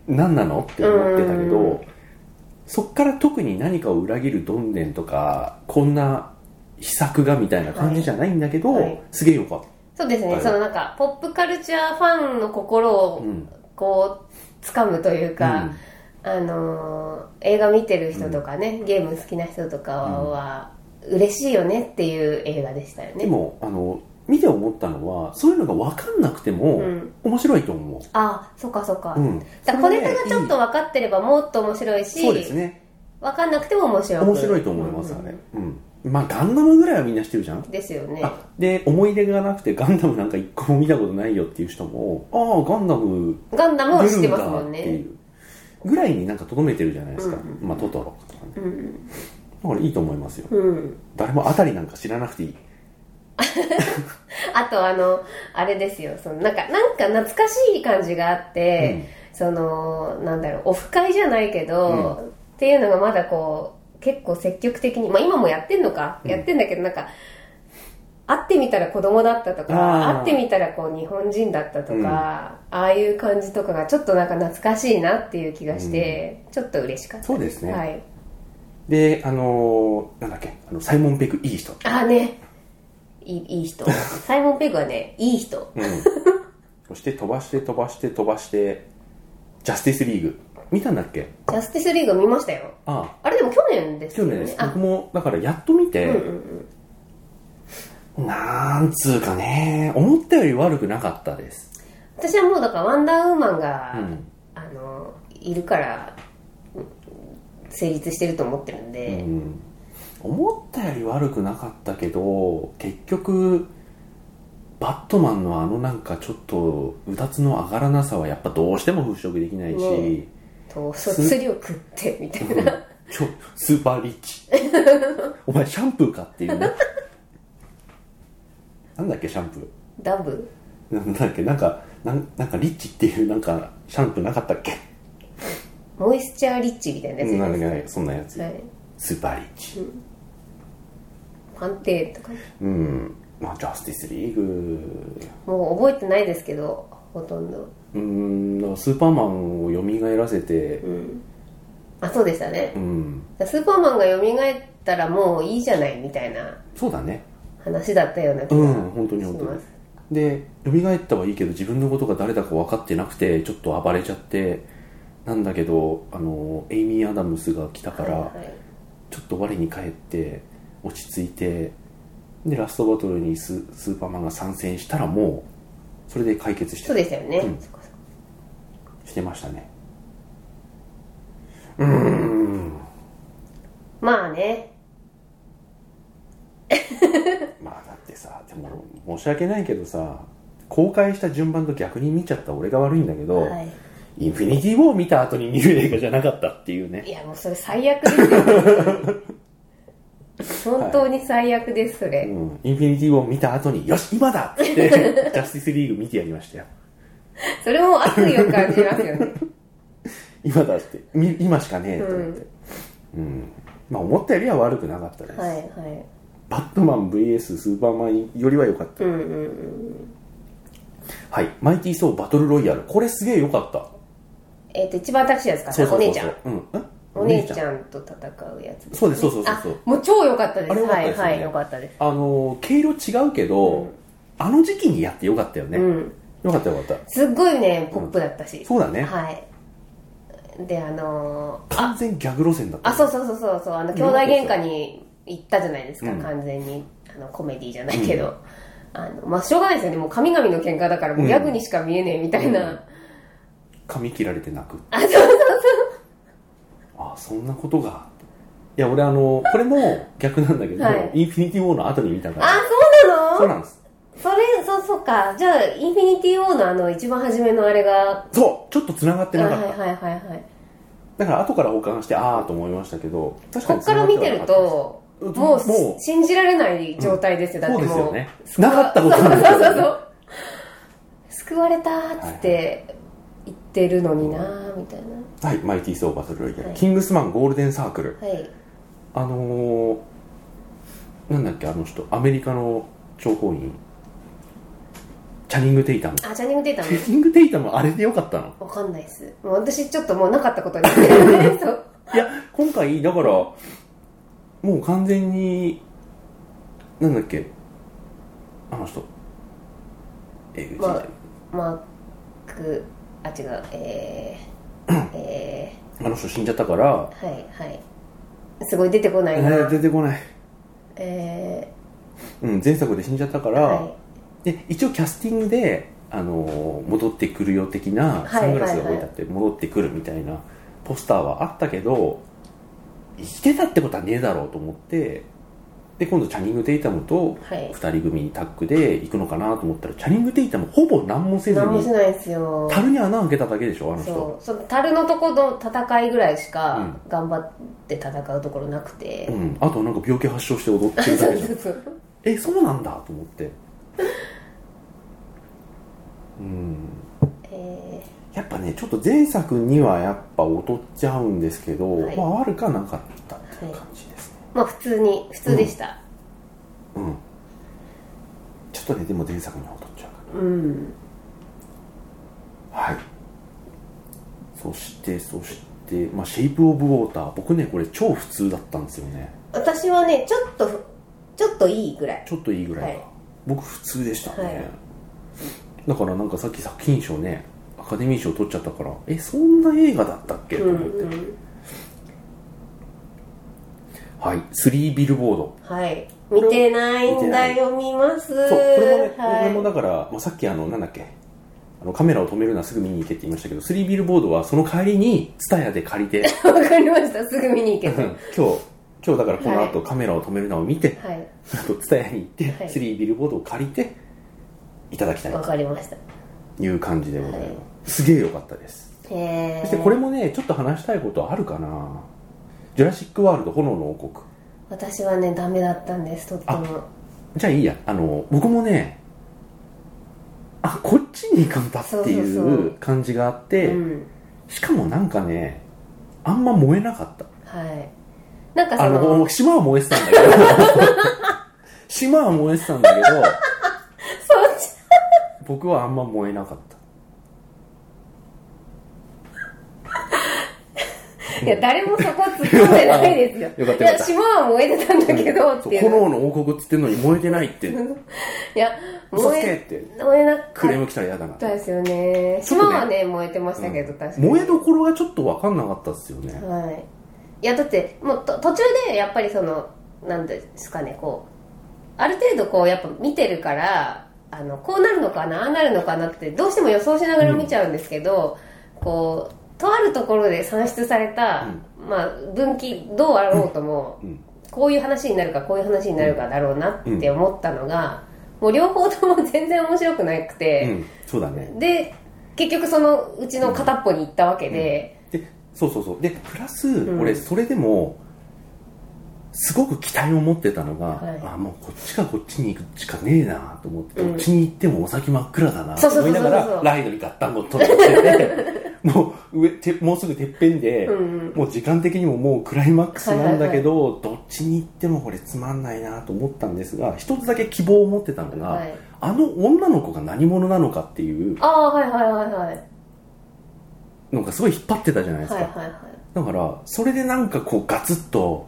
Speaker 1: 何なのって思ってたけど、
Speaker 2: う
Speaker 1: そっから特に何かを裏切るどんねんとかこんな秘策がみたいな感じじゃないんだけど、
Speaker 2: はいはい
Speaker 1: すげえよかっ
Speaker 2: そうです
Speaker 1: は
Speaker 2: ね
Speaker 1: い
Speaker 2: そのなんかポップカルチャーファンの心
Speaker 1: た、
Speaker 2: を
Speaker 1: うん
Speaker 2: こう掴むという
Speaker 1: う
Speaker 2: か
Speaker 1: ん
Speaker 2: あのー映画見てる人とかねゲーム好きな人とかは嬉しいよねっていう映画でしたよ
Speaker 1: で
Speaker 2: ね
Speaker 1: もあの見て思ったのはそういうのが分かんなくても、
Speaker 2: うん
Speaker 1: 面白いと思う、
Speaker 2: あそっかそっか
Speaker 1: うん、
Speaker 2: だから
Speaker 1: そ
Speaker 2: 小
Speaker 1: れ
Speaker 2: ネ
Speaker 1: ね
Speaker 2: タがちょっと分かってればもっと面白い
Speaker 1: いい
Speaker 2: し
Speaker 1: そうですね
Speaker 2: 分かんなくても面白い
Speaker 1: 面白いと思います、
Speaker 2: うん
Speaker 1: あれ、うん、まあガンダムぐらいはみんな知ってるじゃん、
Speaker 2: ですよね
Speaker 1: あで思い出がなくてガンダムなんか一個も見たことないよっていう人もああガンダム
Speaker 2: ガンダムは
Speaker 1: 出
Speaker 2: 知
Speaker 1: るん
Speaker 2: ってます
Speaker 1: だ
Speaker 2: も
Speaker 1: っ
Speaker 2: ん
Speaker 1: て
Speaker 2: ね
Speaker 1: いうぐらいになんかとどめてるじゃないですか、
Speaker 2: うん
Speaker 1: まあトトロとかね
Speaker 2: うん
Speaker 1: だからいいと思いますよ
Speaker 2: うん
Speaker 1: 誰もあたりなんか知らなくていい
Speaker 2: あとあのあれですよそのなんかなんか懐かしい感じがあって、そのなんだろうオフ会じゃないけど、
Speaker 1: うん
Speaker 2: っていうのがまだこう結構積極的にまあ今もやってんのか、
Speaker 1: うん
Speaker 2: やってんだけどなんか会ってみたら子供だったと
Speaker 1: あー
Speaker 2: か会ってみたらこう日本人だったとか、
Speaker 1: うん
Speaker 2: ああいう感じとかがちょっとなんか懐かしいなっていう気がして、ちょっと嬉しかった
Speaker 1: そうですね
Speaker 2: はい
Speaker 1: であのーなんだっけあのサイモン・ペクいい人
Speaker 2: ああねいいい い人サイモン・ペグはねいい人
Speaker 1: うんそして飛ばして飛ばして飛ばしてジャスティスリーグ見たんだっけ
Speaker 2: ジャスティスリーグ見ましたよ
Speaker 1: ああ
Speaker 2: あれでも去年です
Speaker 1: 去
Speaker 2: よ
Speaker 1: 年で
Speaker 2: ね
Speaker 1: す
Speaker 2: あ
Speaker 1: 僕もだからやっと見て、
Speaker 2: うんうん
Speaker 1: なんつうかね思ったより悪くなかったです
Speaker 2: 私はもうだからワンダーウーマンが、
Speaker 1: うん
Speaker 2: あのいるからうん成立してると思ってるん
Speaker 1: う
Speaker 2: で、
Speaker 1: ん、思ったより悪くなかったけど結局バットマンのあのなんかちょっとうだつの上がらなさはやっぱどうしても払拭できないし、
Speaker 2: ね統率力ってみたい
Speaker 1: うん
Speaker 2: な、
Speaker 1: ちょスーパーリッ チお前シャンプーかっていうねなんだっけシャンプ
Speaker 2: ダブ
Speaker 1: ーなんだっけなんかなんなんかリッチっていうなんかシャンプーなかったっけ
Speaker 2: モイスチャーリッチみたいなやつ
Speaker 1: うん
Speaker 2: じゃ
Speaker 1: な
Speaker 2: なんい
Speaker 1: だっ
Speaker 2: で
Speaker 1: け
Speaker 2: す
Speaker 1: なんだっけそ
Speaker 2: か
Speaker 1: んなやつ、
Speaker 2: はい
Speaker 1: スーパーリッチ
Speaker 2: 判定とかね
Speaker 1: うん、まあ、ジャスティスリーグ、
Speaker 2: もう覚えてないですけどほとんど
Speaker 1: うん、だからスーパーマンを蘇らせて
Speaker 2: う、んあそうでしたね
Speaker 1: うん、
Speaker 2: スーパーマンが蘇ったらもういいじゃないみたいな
Speaker 1: そうだね、
Speaker 2: 話だったような気
Speaker 1: うん、
Speaker 2: が
Speaker 1: 本当に
Speaker 2: し
Speaker 1: 本当
Speaker 2: ま
Speaker 1: に
Speaker 2: す。
Speaker 1: で、蘇ったはいいけど、自分のことが誰だか分かってなくて、ちょっと暴れちゃって、なんだけど、あの、エイミー・アダムスが来たから、
Speaker 2: はいはい
Speaker 1: ちょっと我に返って、落ち着いて、で、ラストバトルにススーパーマンが参戦したら、もう、それで解決して
Speaker 2: そうですよね、
Speaker 1: うん
Speaker 2: そっかそっか
Speaker 1: してましたね。うーん。
Speaker 2: まあね
Speaker 1: まあだってさでも申し訳ないけどさ公開した順番と逆に見ちゃった俺が悪いんだけど、
Speaker 2: は
Speaker 1: インフィニティ・ウォー見た後に見る映画じゃなかったっていう
Speaker 2: い、い
Speaker 1: ね
Speaker 2: やもうそれ最悪 ですよ本当に最悪ですそれ、
Speaker 1: うん、インフィニティ・ウォー見た後によし今 だっつってジャスティスリーグ見てやりましたよ
Speaker 2: それも悪意を感じますよね
Speaker 1: 今だってみ今しかねえと思って、うんまあ思ったよりは悪くなかったです、
Speaker 2: はいはい
Speaker 1: バットマン VS スーパーマンよりは良かった
Speaker 2: うんうんうん
Speaker 1: はいマイティー・ソーバトル・ロイヤルこれすげえ良かった
Speaker 2: えっ、と一番私やつかなお姉ちゃん
Speaker 1: う、うん、え
Speaker 2: お姉ちゃんと戦うやつですね
Speaker 1: そうですそうそうそうそう
Speaker 2: あもう超良かったです
Speaker 1: あれ良かったですよね
Speaker 2: はいはい良かったです
Speaker 1: あの毛色違うけど、
Speaker 2: うん
Speaker 1: あの時期にやってよかったよね、
Speaker 2: うん
Speaker 1: よかったよかった
Speaker 2: すっごいねポップだったし、
Speaker 1: そうだね
Speaker 2: はいであのー
Speaker 1: 完全ギャグ路線だった
Speaker 2: あそうそうそうそうそうあの兄弟喧嘩に行ったじゃないですか、
Speaker 1: うん
Speaker 2: 完全にあのコメディじゃないけど、あのまあしょうがないですよねもう神々の喧嘩だからもうギャグにしか見えねえみたいな、
Speaker 1: うん髪切られて泣く
Speaker 2: あそうそうそう
Speaker 1: あそんなことがいや、俺あの、これも逆なんだけど、
Speaker 2: はい
Speaker 1: インフィニティウォーの後に見たか
Speaker 2: あ
Speaker 1: ら。
Speaker 2: そうなの
Speaker 1: そうなんです。
Speaker 2: それそうそうかじゃあインフィニティ・ウォーのあの一番初めのあれが
Speaker 1: そうちょっと繋がってなか
Speaker 2: あ
Speaker 1: っ
Speaker 2: はい
Speaker 1: た。
Speaker 2: はいはいはい
Speaker 1: だから後から保管して、ああと思いましたけど、確
Speaker 2: こっから見てると
Speaker 1: 繋がってはな
Speaker 2: も
Speaker 1: か
Speaker 2: う
Speaker 1: ったです、もう、
Speaker 2: 信じられない状態ですよ、だっ
Speaker 1: そう
Speaker 2: て
Speaker 1: です
Speaker 2: も
Speaker 1: よね。なかったことなんです
Speaker 2: そうそう
Speaker 1: よ、
Speaker 2: そ
Speaker 1: ね。
Speaker 2: う救われたーっつって言ってるのになーみたいな
Speaker 1: はい、マイティー・ソーバトルロイヤル、
Speaker 2: はい
Speaker 1: キングスマンゴールデンサークル。
Speaker 2: はい
Speaker 1: あのー、なんだっけ、あの人、アメリカの諜報員。チャニング・テイタム。チ
Speaker 2: あチャニング・テータム
Speaker 1: ャニング・テイタムあれでよかったの
Speaker 2: わかんないっすもう私ちょっともうなかったことにしてる ねそう
Speaker 1: いや、今回、だから、もう完全に、なんだっけ、あの人、えぐち
Speaker 2: まマークあ違うえー、え
Speaker 1: あの人死んじゃったから、
Speaker 2: ー、はいはいすごい出てこな
Speaker 1: え
Speaker 2: いな、
Speaker 1: ー出てこない。
Speaker 2: え
Speaker 1: うん、前作で死んじゃったか
Speaker 2: ー、
Speaker 1: ら、
Speaker 2: は
Speaker 1: で一応キャスティングで、あのー戻ってくるよ的な
Speaker 2: はい
Speaker 1: サングラスが置いてあって戻ってくるみたいなポスターはあったけど生きてたってことはねえだろうと思ってで今度チャニング・テイタムと
Speaker 2: いはい
Speaker 1: 2人組タッグで行くのかなと思ったらチャニング・テイタムほぼ何もせず
Speaker 2: 何も
Speaker 1: に
Speaker 2: しないですよ
Speaker 1: 樽に穴開けただけでしょあの人
Speaker 2: そうその樽のとこの戦いぐらいし
Speaker 1: う
Speaker 2: か
Speaker 1: ん
Speaker 2: 頑張って戦うところなくて、
Speaker 1: うん、あとなんか病気発症して踊ってるだ
Speaker 2: そ
Speaker 1: け
Speaker 2: う
Speaker 1: じ ゃん
Speaker 2: そうそう
Speaker 1: えそうなんだと思ってうん
Speaker 2: え
Speaker 1: やっぱねちょっと前作にはやっぱ劣っちゃうんですけど、
Speaker 2: はい
Speaker 1: まあ悪かなかったっていう感じですね、
Speaker 2: ー、まあ普通に普通でした
Speaker 1: うんちょっとねでも前作には劣っちゃうか
Speaker 2: う
Speaker 1: な
Speaker 2: ん、
Speaker 1: はいそしてそして、まあ、シェイプ・オブ・ウォーター僕ねこれ超普通だったんですよね
Speaker 2: 私はねちょっとちょっといいぐらい
Speaker 1: ちょっといいぐらいか、
Speaker 2: はい
Speaker 1: 僕普通でしたね、
Speaker 2: はい
Speaker 1: だからなんかさっき作品賞ねアカデミー賞取っちゃったからえそんな映画だったっけ、
Speaker 2: うん
Speaker 1: と思って
Speaker 2: うん
Speaker 1: はい3ビルボード
Speaker 2: はい見てないんだよ見ます
Speaker 1: そうこれもね、
Speaker 2: はい
Speaker 1: 俺もだから、まあ、さっきあのなんだっけあのカメラを止めるのはすぐ見に行けって言いましたけど3ビルボードはその帰りにツタヤで借りて
Speaker 2: わかりましたすぐ見に行け
Speaker 1: 今
Speaker 2: と
Speaker 1: 日今日だからこの後、カメラを止めるのを見て
Speaker 2: はい
Speaker 1: あとツタヤに行って、
Speaker 2: はい
Speaker 1: 3ビルボードを借りていただきたい
Speaker 2: わ
Speaker 1: と
Speaker 2: かりました
Speaker 1: いう感じでございます、
Speaker 2: はい
Speaker 1: すげえ良かったです
Speaker 2: へ
Speaker 1: そしてこれ
Speaker 2: ー
Speaker 1: もねちょっと話したいことあるかなジュラシック・ワールド炎の王国
Speaker 2: 私はねダメだったんですとっても
Speaker 1: じゃあいいやあの僕もねあこっちに行かんだってい
Speaker 2: そうそうそう
Speaker 1: う感じがあって
Speaker 2: うん
Speaker 1: しかもなんかねあんま燃えなかった
Speaker 2: はいなんか
Speaker 1: あ
Speaker 2: そ
Speaker 1: の
Speaker 2: の
Speaker 1: 島は燃えてたんだけど 島は燃えてたんだけど
Speaker 2: そっち
Speaker 1: 僕はあんま燃えなかった。
Speaker 2: いや、誰もそこ突っ込んでないですよ
Speaker 1: よかったよ
Speaker 2: い
Speaker 1: か
Speaker 2: や、
Speaker 1: った
Speaker 2: 島は燃えてたんだけど、って
Speaker 1: そう
Speaker 2: いう。
Speaker 1: 炎の王国っつってんのに燃えてないって
Speaker 2: いや、
Speaker 1: 嘘つ
Speaker 2: 燃
Speaker 1: け
Speaker 2: え、
Speaker 1: って
Speaker 2: 燃えな
Speaker 1: ク
Speaker 2: か
Speaker 1: レー
Speaker 2: っ
Speaker 1: ム来たら嫌だな
Speaker 2: たですよね。
Speaker 1: ちょっと
Speaker 2: 島
Speaker 1: ね
Speaker 2: はね、燃えてましたけど、確かに。
Speaker 1: 燃えどころがちょっと分かんなかったっすよね
Speaker 2: はい。いや、だって、もうと途中で、やっぱりその、なんですかね、こう、ある程度こう、やっぱ見てるから、あの、こうなるのかな、ああなるのかなって、どうしても予想しながら見ちゃうんですけど、こう、とあるところで算出された、まあ、分岐、どうあろうとも、
Speaker 1: うん
Speaker 2: こういう話になるかこういう話になるかだろうなって思ったのが、もう両方とも全然面白くなく
Speaker 1: う
Speaker 2: て、
Speaker 1: んそうだね
Speaker 2: で結局そのうちの片っぽに行ったわけで、
Speaker 1: でそうそうそうでプラス、
Speaker 2: ん
Speaker 1: 俺それでもすごく期待を持ってたのが、
Speaker 2: はい
Speaker 1: あもうこっちかこっちに行くしかねえなと思って、
Speaker 2: うん
Speaker 1: どっちに行ってもお先真っ暗だな
Speaker 2: そ
Speaker 1: と
Speaker 2: うそう
Speaker 1: 思
Speaker 2: そ
Speaker 1: い
Speaker 2: うそう
Speaker 1: な
Speaker 2: そう
Speaker 1: がらライドにガッタンゴットンって ってもう上てもうすぐてっぺんで、
Speaker 2: うん
Speaker 1: もう時間的にももうクライマックスなんだけど、どっちに行ってもこれつまんないなと思ったんですが一つだけ希望を持ってたのが、
Speaker 2: はい、
Speaker 1: あの女の子が何者なのかっていう
Speaker 2: ああはいはいはいはいはい
Speaker 1: のがすごい引っ張ってたじゃないですか、
Speaker 2: はいはい
Speaker 1: だからそれでなんかこうガツッと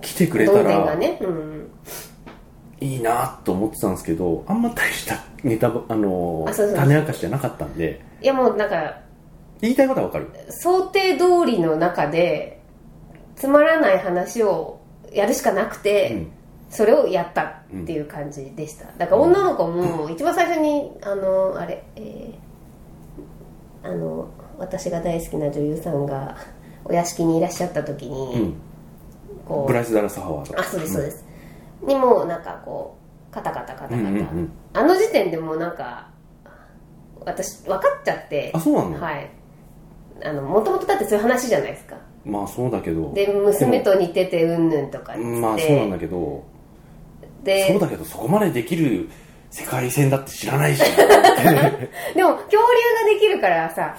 Speaker 1: 来てくれ
Speaker 2: ど
Speaker 1: た
Speaker 2: んでんが
Speaker 1: ら
Speaker 2: ね、うん、
Speaker 1: いいなと思ってたんですけどあんま大したネタばあの
Speaker 2: あそうそう
Speaker 1: 種明かしじゃなかったんで
Speaker 2: いやもうなんか
Speaker 1: 言いたいことはわかる
Speaker 2: 想定通りの中でつまらない話をやるしかなくて、
Speaker 1: うん
Speaker 2: それをやったっていう感じでした、だから女の子も一番最初にあのあれ、えーあの私が大好きな女優さんがお屋敷にいらっしゃった時に、
Speaker 1: うん
Speaker 2: こ
Speaker 1: ブライス・ダラ・サハワーとか
Speaker 2: あそうですそうです、にもうなんかこうカタカタカタカタ、
Speaker 1: うんうんうん
Speaker 2: あの時点でもうなんか私分かっちゃって
Speaker 1: あそうなの、
Speaker 2: はいあのもともとだってそういう話じゃないですか
Speaker 1: まあそうだけど
Speaker 2: で娘と似ててうんぬんとかっつ
Speaker 1: で
Speaker 2: って、
Speaker 1: もまあそうなんだけどそ
Speaker 2: で
Speaker 1: うだけどそこまでできる世界線だって知らない し
Speaker 2: でも恐竜ができるからさ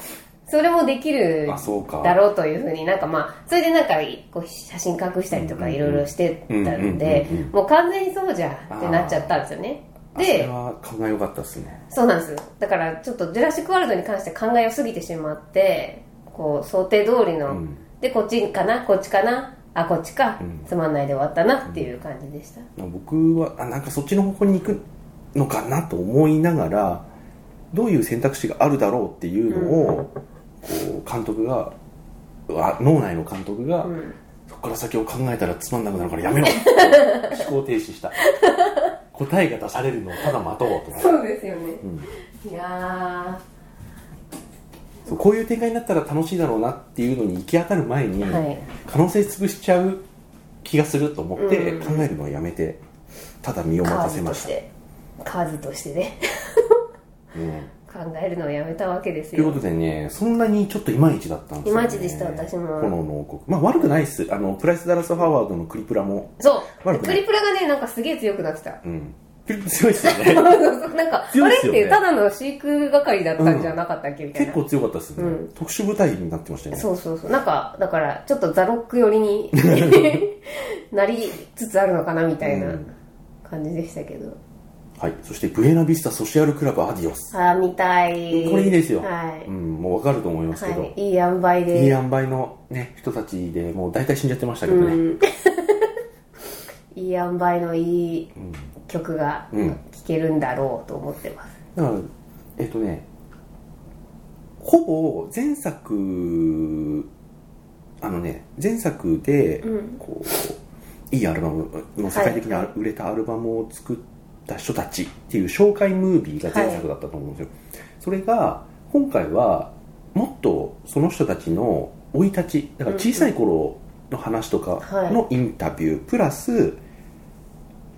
Speaker 2: それもできる
Speaker 1: あそうか
Speaker 2: だろうというふうになんかまあそれでなんかこう写真隠したりと
Speaker 1: う
Speaker 2: か
Speaker 1: んうん
Speaker 2: い
Speaker 1: うん
Speaker 2: ろいろしてたんで
Speaker 1: うんうんうんうん
Speaker 2: もう完全にそうじゃんってなっちゃったんですよね
Speaker 1: あそれ
Speaker 2: で
Speaker 1: は考えよかったですね
Speaker 2: そうなんですだからちょっと「ジュラシック・ワールド」に関して考えを過ぎてしまってこう想定通りの、
Speaker 1: うん
Speaker 2: でこっちかなこっちかなあこっちか、
Speaker 1: うん
Speaker 2: つまんないで終わったなっていう感じでした、
Speaker 1: 僕はあなんかそっちの方向に行くのかなと思いながらどういう選択肢があるだろうっていうのを、こう監督がうわ脳内の監督が、
Speaker 2: ん
Speaker 1: そこから先を考えたらつまんなくなるからやめ ろ思考停止した答えが出されるのをただ待とうと思って
Speaker 2: そうですよね、いや
Speaker 1: そうこういう展開になったら楽しいだろうなっていうのに行き当たる前に、
Speaker 2: ーはい
Speaker 1: 可能性潰しちゃう気がすると思って
Speaker 2: うん
Speaker 1: 考えるのをやめてただ身を
Speaker 2: カー
Speaker 1: 任せ
Speaker 2: ズ
Speaker 1: ま
Speaker 2: と
Speaker 1: し、
Speaker 2: したてカーズとしてね
Speaker 1: うん
Speaker 2: 考えるのをやめたわけです
Speaker 1: という
Speaker 2: よ
Speaker 1: ことでね、そんなにちょっといまいちだったんですよ、ね。
Speaker 2: いまいちでした私も
Speaker 1: 炎の王国。まあ悪くないっす。あの、プライス・ダラス・ハワードのクリプラも。
Speaker 2: そう
Speaker 1: 悪
Speaker 2: で
Speaker 1: く
Speaker 2: ク
Speaker 1: ない
Speaker 2: リプラがねなんかすげえ強くなっ てた
Speaker 1: うん。クリプラ強いっすよ
Speaker 2: そ
Speaker 1: ね。
Speaker 2: うそうそうなんか、
Speaker 1: 強
Speaker 2: あ
Speaker 1: いっ
Speaker 2: れっ
Speaker 1: すよね
Speaker 2: てただの飼育係だったんじゃなかったっけみたい
Speaker 1: 結
Speaker 2: な、
Speaker 1: 構強かったっすね、
Speaker 2: うん
Speaker 1: 特殊部隊になってましたよね。
Speaker 2: そうそうそう。なんか、だから、ちょっとザロック寄 りになりつつあるのかなみたいな
Speaker 1: うん
Speaker 2: 感じでしたけど。
Speaker 1: はい。そして、ブエナビスタ・ソシアル・クラブ・アディオス。
Speaker 2: ああ、見たい。
Speaker 1: これいいですよ。
Speaker 2: はい。
Speaker 1: うん、もうわかると思いますけど。
Speaker 2: はい。いい塩梅で。
Speaker 1: いい塩梅のね、人たちでもう大体死んじゃってましたけどね。
Speaker 2: うん。 いい塩梅のいい曲が
Speaker 1: うん
Speaker 2: 聴けるんだろうと思ってます。
Speaker 1: だからえっとねほぼ前作あのね前作で
Speaker 2: うん
Speaker 1: こう、いいアルバムもう世界的に
Speaker 2: はい
Speaker 1: 売れたアルバムを作った人たちっていう紹介ムービーが前作だったと思うんですよ、それが今回はもっとその人たちの生い立ちだから小さい頃の話とかのインタビュー、プラス、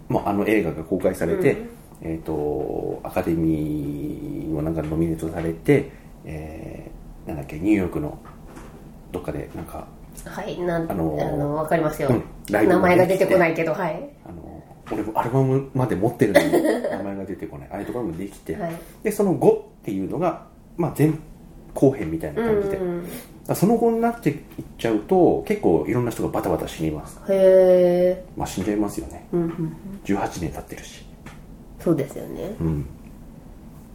Speaker 1: まあ、あの映画が公開されて、
Speaker 2: うん
Speaker 1: えー、とアカデミーもなんかノミネートされて、えーなんだっけニューヨークのどっかでなんか
Speaker 2: はい。なん
Speaker 1: あ
Speaker 2: あ
Speaker 1: の
Speaker 2: の
Speaker 1: ー
Speaker 2: わかりますよ、
Speaker 1: うんライブ
Speaker 2: 名
Speaker 1: もね
Speaker 2: 前が出てこないけど、はい。
Speaker 1: あの俺もアルバムまで持って るのに名前が出てこないああいうところもできて、
Speaker 2: はい。
Speaker 1: でその後っていうのが、まあ、前後編みたいな
Speaker 2: う
Speaker 1: 感じで、だか
Speaker 2: ん。
Speaker 1: らその後になっていっちゃうと結構いろんな人がバタバタ死にます
Speaker 2: へえ。
Speaker 1: まあ死んじゃいますよね
Speaker 2: うんうん。
Speaker 1: 18年経ってるし
Speaker 2: そうですよね。
Speaker 1: うん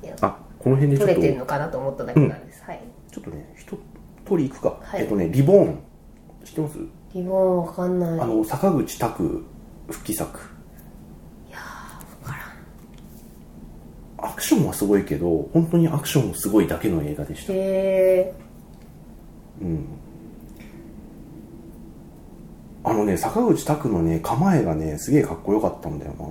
Speaker 2: いや
Speaker 1: あこの辺でちょ
Speaker 2: 取
Speaker 1: っ
Speaker 2: れ
Speaker 1: と
Speaker 2: てるのかなと思っただけなんです。はい。
Speaker 1: ちょっとね一通りいくか、
Speaker 2: はい
Speaker 1: えっとねリボーン知ってます
Speaker 2: リボンわかんない。
Speaker 1: あの坂口拓復帰作アクションはすごいけど本当にアクションもすごいだけの映画でした、
Speaker 2: へ
Speaker 1: うん、あのね坂口拓のね構えがねすげえかっこよかったんだよな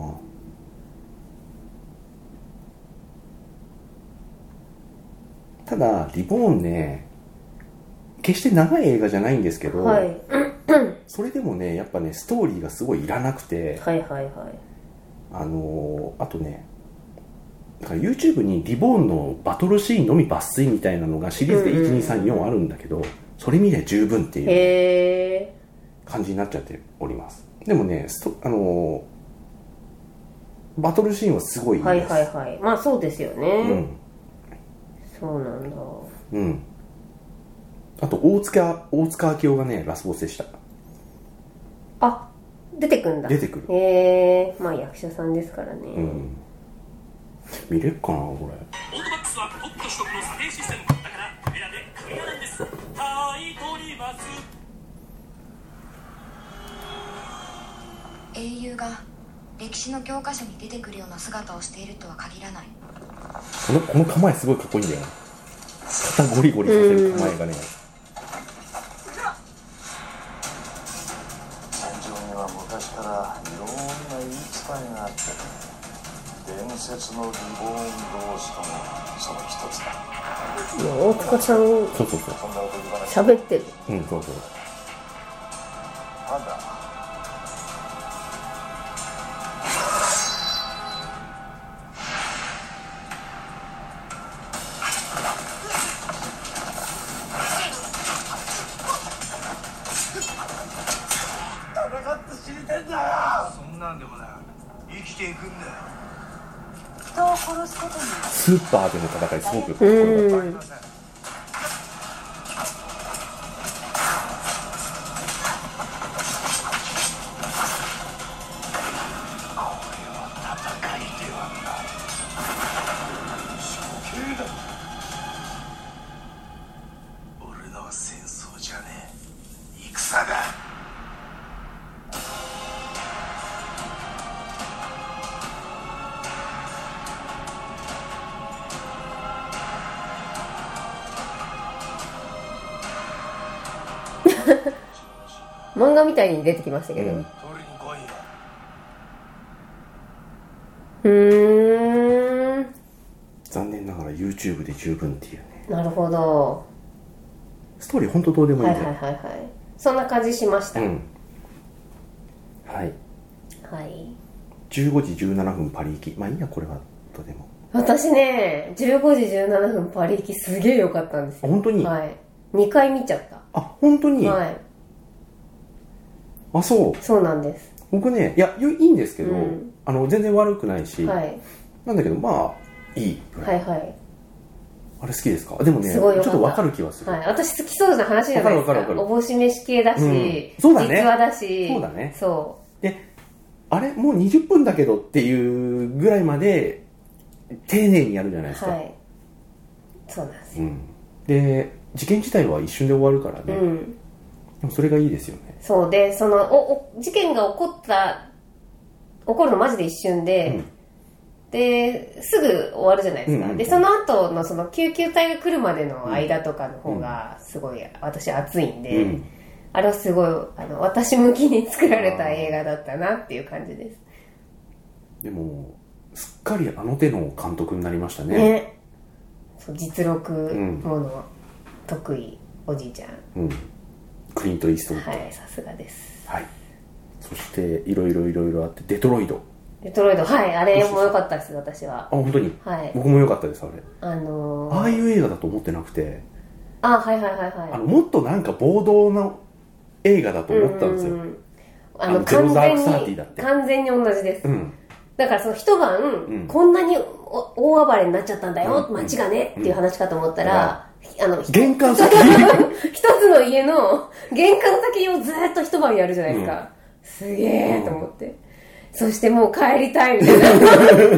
Speaker 1: ただリボーンね決して長い映画じゃないんですけ
Speaker 2: ー
Speaker 1: ど、
Speaker 2: はい、
Speaker 1: それでもねやっぱねストーリーがすごいいらなくて
Speaker 2: はいはいはい
Speaker 1: あのーあとねだから YouTube にリボーンのバトルシーンのみ抜粋みたいなのがシリーズで
Speaker 2: うんうんうん
Speaker 1: 1234あるんだけどそれ見りゃ十分っていう
Speaker 2: へえ
Speaker 1: 感じになっちゃっておりますでもねストあのーバトルシーンはすごいいい
Speaker 2: はい
Speaker 1: です
Speaker 2: はいはいまあそうですよね、
Speaker 1: うん
Speaker 2: そうなんだ
Speaker 1: うんあと大塚大塚明夫がねラスボスでした
Speaker 2: あ出てくんだ
Speaker 1: 出てくる
Speaker 2: へえまあ役者さんですからね、
Speaker 1: うん見れっかなこれ
Speaker 3: オートバックスは特許取得の査定システムだから選んでクリアなんですはい取ります
Speaker 4: 英雄が歴史の教科書に出てくるような姿をしているとは限らない
Speaker 1: このこの構えすごいかっこいいんだよな肩ゴリゴリさせる構えがね
Speaker 5: 戦場には昔からいろんな言い伝えがあってね伝説のリボーン同士ともその一つだ
Speaker 2: 大塚さん
Speaker 1: そうそうそう
Speaker 5: そんなおとぎ話
Speaker 2: 喋ってる
Speaker 1: うんそうそう
Speaker 5: まだ
Speaker 4: ことに
Speaker 1: スーパーでの戦いすごくかっこ
Speaker 2: う
Speaker 1: よかっ
Speaker 2: ん
Speaker 5: 俺のは戦争じゃねえ戦だ
Speaker 2: 漫画みたいに出てきました
Speaker 1: た、
Speaker 2: けど、
Speaker 1: う、
Speaker 2: うん
Speaker 5: 取りに来いよ
Speaker 2: ーん
Speaker 1: 残念ながら YouTube で十分っていうね
Speaker 2: なるほど
Speaker 1: ストーリー本当どうでもいい
Speaker 2: は
Speaker 1: ん
Speaker 2: い
Speaker 1: だ
Speaker 2: はい
Speaker 1: よ、
Speaker 2: はいはいそんな感じしました、
Speaker 1: うんはい
Speaker 2: はい
Speaker 1: 15時17分パリ行きまあいいやこれはどうでも
Speaker 2: 私ね15時17分パリ行きすげえ良かったんです
Speaker 1: あ
Speaker 2: よ
Speaker 1: 本当に、
Speaker 2: はい2回見ちゃった
Speaker 1: あ本当に、
Speaker 2: はい
Speaker 1: あそう
Speaker 2: そうなんです
Speaker 1: 僕ねいやよいいんですけど、
Speaker 2: うん
Speaker 1: あの全然悪くないし、
Speaker 2: はい
Speaker 1: なんだけどまあいいぐらい、
Speaker 2: はいはい
Speaker 1: あれ好きですかでもねち
Speaker 2: す
Speaker 1: ょ
Speaker 2: ごい
Speaker 1: っ
Speaker 2: よかった
Speaker 1: とわかる気はする、
Speaker 2: はい、私好きそうな話じゃないですか
Speaker 1: わかるわかるわ
Speaker 2: おぼし飯系だし、
Speaker 1: うんそうだね
Speaker 2: 実話だし
Speaker 1: そうだね
Speaker 2: そ
Speaker 1: あれもう20分だけどっていうぐらいまで丁寧にやるじゃないです
Speaker 2: う
Speaker 1: か、
Speaker 2: はいそうなんです
Speaker 1: うん、で事件自体は一瞬で終わるから
Speaker 2: う
Speaker 1: ね、で
Speaker 2: ん
Speaker 1: もそれがいいですよね
Speaker 2: そうでそのおお事件が起こった起こるのマジで一瞬で、ですぐ終わるじゃないで
Speaker 1: う
Speaker 2: すか、
Speaker 1: んうんうん
Speaker 2: でその後のその救急隊が来るまでの間とかの方がすごい私熱いんで、
Speaker 1: うん
Speaker 2: あれはすごいあの私向きに作られた映画だったなっていう感じです
Speaker 1: でもすっかりあの手の監督になりましたね
Speaker 2: ねそう実録
Speaker 1: ん
Speaker 2: もの得意おじいちゃん、
Speaker 1: うん、クリント・イーストウッド
Speaker 2: はいさすがです
Speaker 1: はい、そしていろいろいろいろあってデトロイド
Speaker 2: デトロイドはいあれも良かったです私は
Speaker 1: あ本当に、
Speaker 2: はい
Speaker 1: 僕も良かったですあれ
Speaker 2: あのー、
Speaker 1: ああいう映画だと思ってなくて
Speaker 2: あはいはいはい
Speaker 1: あ
Speaker 2: は
Speaker 1: の
Speaker 2: い
Speaker 1: もっとなんか暴動の映画だと思ったんです
Speaker 2: う
Speaker 1: よ
Speaker 2: んあ
Speaker 1: あ
Speaker 2: の
Speaker 1: のゼ
Speaker 2: 完
Speaker 1: ロダークサーテ
Speaker 2: 全
Speaker 1: ィー
Speaker 2: に
Speaker 1: だって
Speaker 2: 完全に同じです、
Speaker 1: うん
Speaker 2: だからその一晩、
Speaker 1: ん
Speaker 2: こんなにお大暴れになっちゃったんだよ、
Speaker 1: うん
Speaker 2: 街がね、っていう話かと思ったら、あのひ
Speaker 1: 玄関先
Speaker 2: 一つの家の玄関先をずーっと一晩やるじゃないですか、すげえと思って、そしてもう帰りたいみた い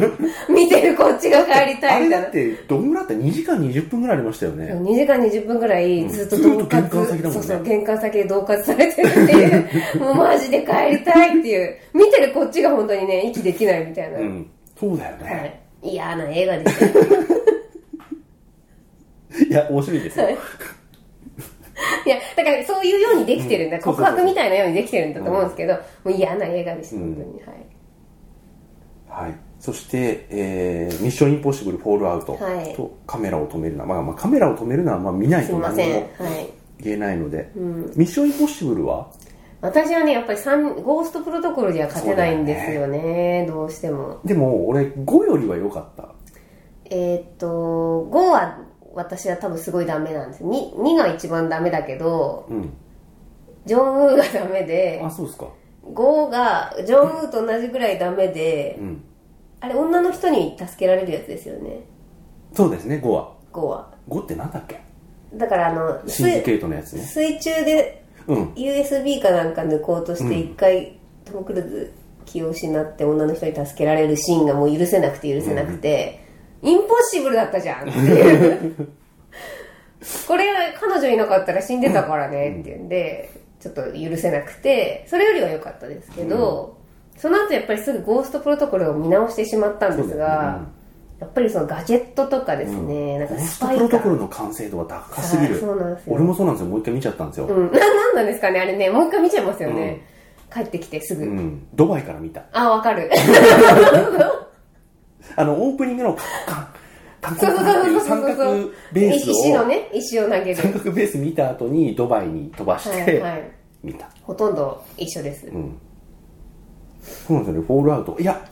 Speaker 2: な見てるこっちが帰
Speaker 1: あ
Speaker 2: りたい
Speaker 1: れ
Speaker 2: みたい
Speaker 1: だ
Speaker 2: な
Speaker 1: ってどんぐらいだった ?2 時間20分ぐらいありましたよね
Speaker 2: 2時間20分ぐらいずっと恫
Speaker 1: ずっと
Speaker 2: 喝、
Speaker 1: 玄関先だもんね
Speaker 2: そうそう玄関先で恫喝されてるっていうもうマジで帰りたいっていう見てるこっちが本当にね息できないみたいな、
Speaker 1: うんそうだよね、
Speaker 2: はい嫌な映画でした
Speaker 1: い、や面白いですよ、
Speaker 2: はい いやだからそういうようにできてるんだ、
Speaker 1: うん
Speaker 2: 告
Speaker 1: そうそう
Speaker 2: 白
Speaker 1: そう
Speaker 2: みたいなようにできてるんだと思うんですけど、もう嫌な映画でした本当に、はい
Speaker 1: はい、そして、えーミッションインポッシブル・フォールアウト」
Speaker 2: はい
Speaker 1: と「カメラを止めるな」まあ、まあカメラを止めるなはまあ見ない
Speaker 2: す
Speaker 1: と
Speaker 2: みま
Speaker 1: 何
Speaker 2: せ
Speaker 1: も。
Speaker 2: んはい。
Speaker 1: 言えないので、
Speaker 2: ん
Speaker 1: ミッションインポッシブルは
Speaker 2: 私はね、やっぱり三ゴーストプロトコルでは勝てないんですよね、どうしても。
Speaker 1: でも俺5よりは良かった
Speaker 2: えーっと、5は私は多分すごいダメなんです。2, 2が一番ダメだけど、
Speaker 1: うん
Speaker 2: ジョンウーがダメで
Speaker 1: あ、そうですか
Speaker 2: 5がジョンウーと同じくらいダメで、
Speaker 1: うん
Speaker 2: あれ女の人に助けられるやつですよね、
Speaker 1: そうですね5は
Speaker 2: 5は。
Speaker 1: 5ってなんだっけ
Speaker 2: だからあの、
Speaker 1: シンジケ
Speaker 2: 水
Speaker 1: ートのやつね
Speaker 2: 水中で
Speaker 1: うん
Speaker 2: USB かなんか抜こうとして一回トム・クルーズ気を失って女の人に助けられるシーンがもう許せなくて許せなくて、インポッシブルだったじゃんっていう これ彼女いなかったら死んでたからねっていうんでちょっと許せなくてそれよりは良かったですけど、その後やっぱりすぐゴーストプロトコルを見直してしまったんです
Speaker 1: そうだよ
Speaker 2: が、
Speaker 1: ね
Speaker 2: やっぱりそのガジェットとかですね、なん
Speaker 1: ゴ
Speaker 2: か
Speaker 1: ース
Speaker 2: ス
Speaker 1: ト
Speaker 2: パイ
Speaker 1: プロトコル
Speaker 2: 感
Speaker 1: の完成度は高すぎ
Speaker 2: はい
Speaker 1: る
Speaker 2: そうなんですよ
Speaker 1: 俺もそうなんですよもう一回見ちゃったんですよ、
Speaker 2: うん、な なんなんですかねあれねもう一回見ちゃいますよね、帰ってきてすぐ、
Speaker 1: うんドバイから見た
Speaker 2: あ、わかる。
Speaker 1: あのオープニングのカンカンカン
Speaker 2: そう
Speaker 1: カン
Speaker 2: そう
Speaker 1: カンって
Speaker 2: そ
Speaker 1: いうう三
Speaker 2: そうそうそう
Speaker 1: 角。ベース
Speaker 2: 石の
Speaker 1: を
Speaker 2: ね、石を投げ
Speaker 1: 三
Speaker 2: る。
Speaker 1: 角ベース見た後にドバイに飛ばし
Speaker 2: はい
Speaker 1: て
Speaker 2: はい。
Speaker 1: 見た
Speaker 2: ほとんど一緒です。
Speaker 1: うんそうなんですよね、フォールアウト。いや、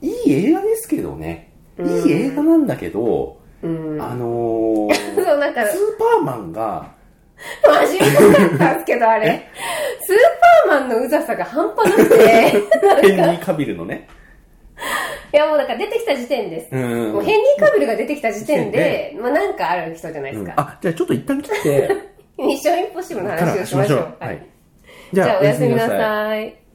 Speaker 1: いい映画ですけどね。い
Speaker 2: ん
Speaker 1: い映画なんだけど、
Speaker 2: うん。
Speaker 1: あのー、ス
Speaker 2: そう、なんか、
Speaker 1: ーパーマンが、
Speaker 2: 真面目だったんですけど、あれ。ス ーパーマンのうざさが半端なくて、
Speaker 1: ヘンリー・カビルのね、
Speaker 2: いやもうだから出てきた時点です。
Speaker 1: うんうんうん
Speaker 2: もうヘンリー・カビルが出てきた時点
Speaker 1: で
Speaker 2: で、まあなんかある人じゃないで
Speaker 1: う
Speaker 2: す
Speaker 1: ん、
Speaker 2: か。
Speaker 1: あじゃあちょっと一旦切って
Speaker 2: ミッション・インポッシブルの
Speaker 1: か
Speaker 2: 話
Speaker 1: ら
Speaker 2: を
Speaker 1: し
Speaker 2: し
Speaker 1: ま
Speaker 2: ま
Speaker 1: し
Speaker 2: し
Speaker 1: ょ
Speaker 2: ょ
Speaker 1: う
Speaker 2: う。
Speaker 1: はい
Speaker 2: じ
Speaker 1: じゃ
Speaker 2: ゃ
Speaker 1: あ
Speaker 2: あ
Speaker 1: お
Speaker 2: お
Speaker 1: や
Speaker 2: や
Speaker 1: す
Speaker 2: す
Speaker 1: み
Speaker 2: み
Speaker 1: な
Speaker 2: な
Speaker 1: さい
Speaker 2: さい。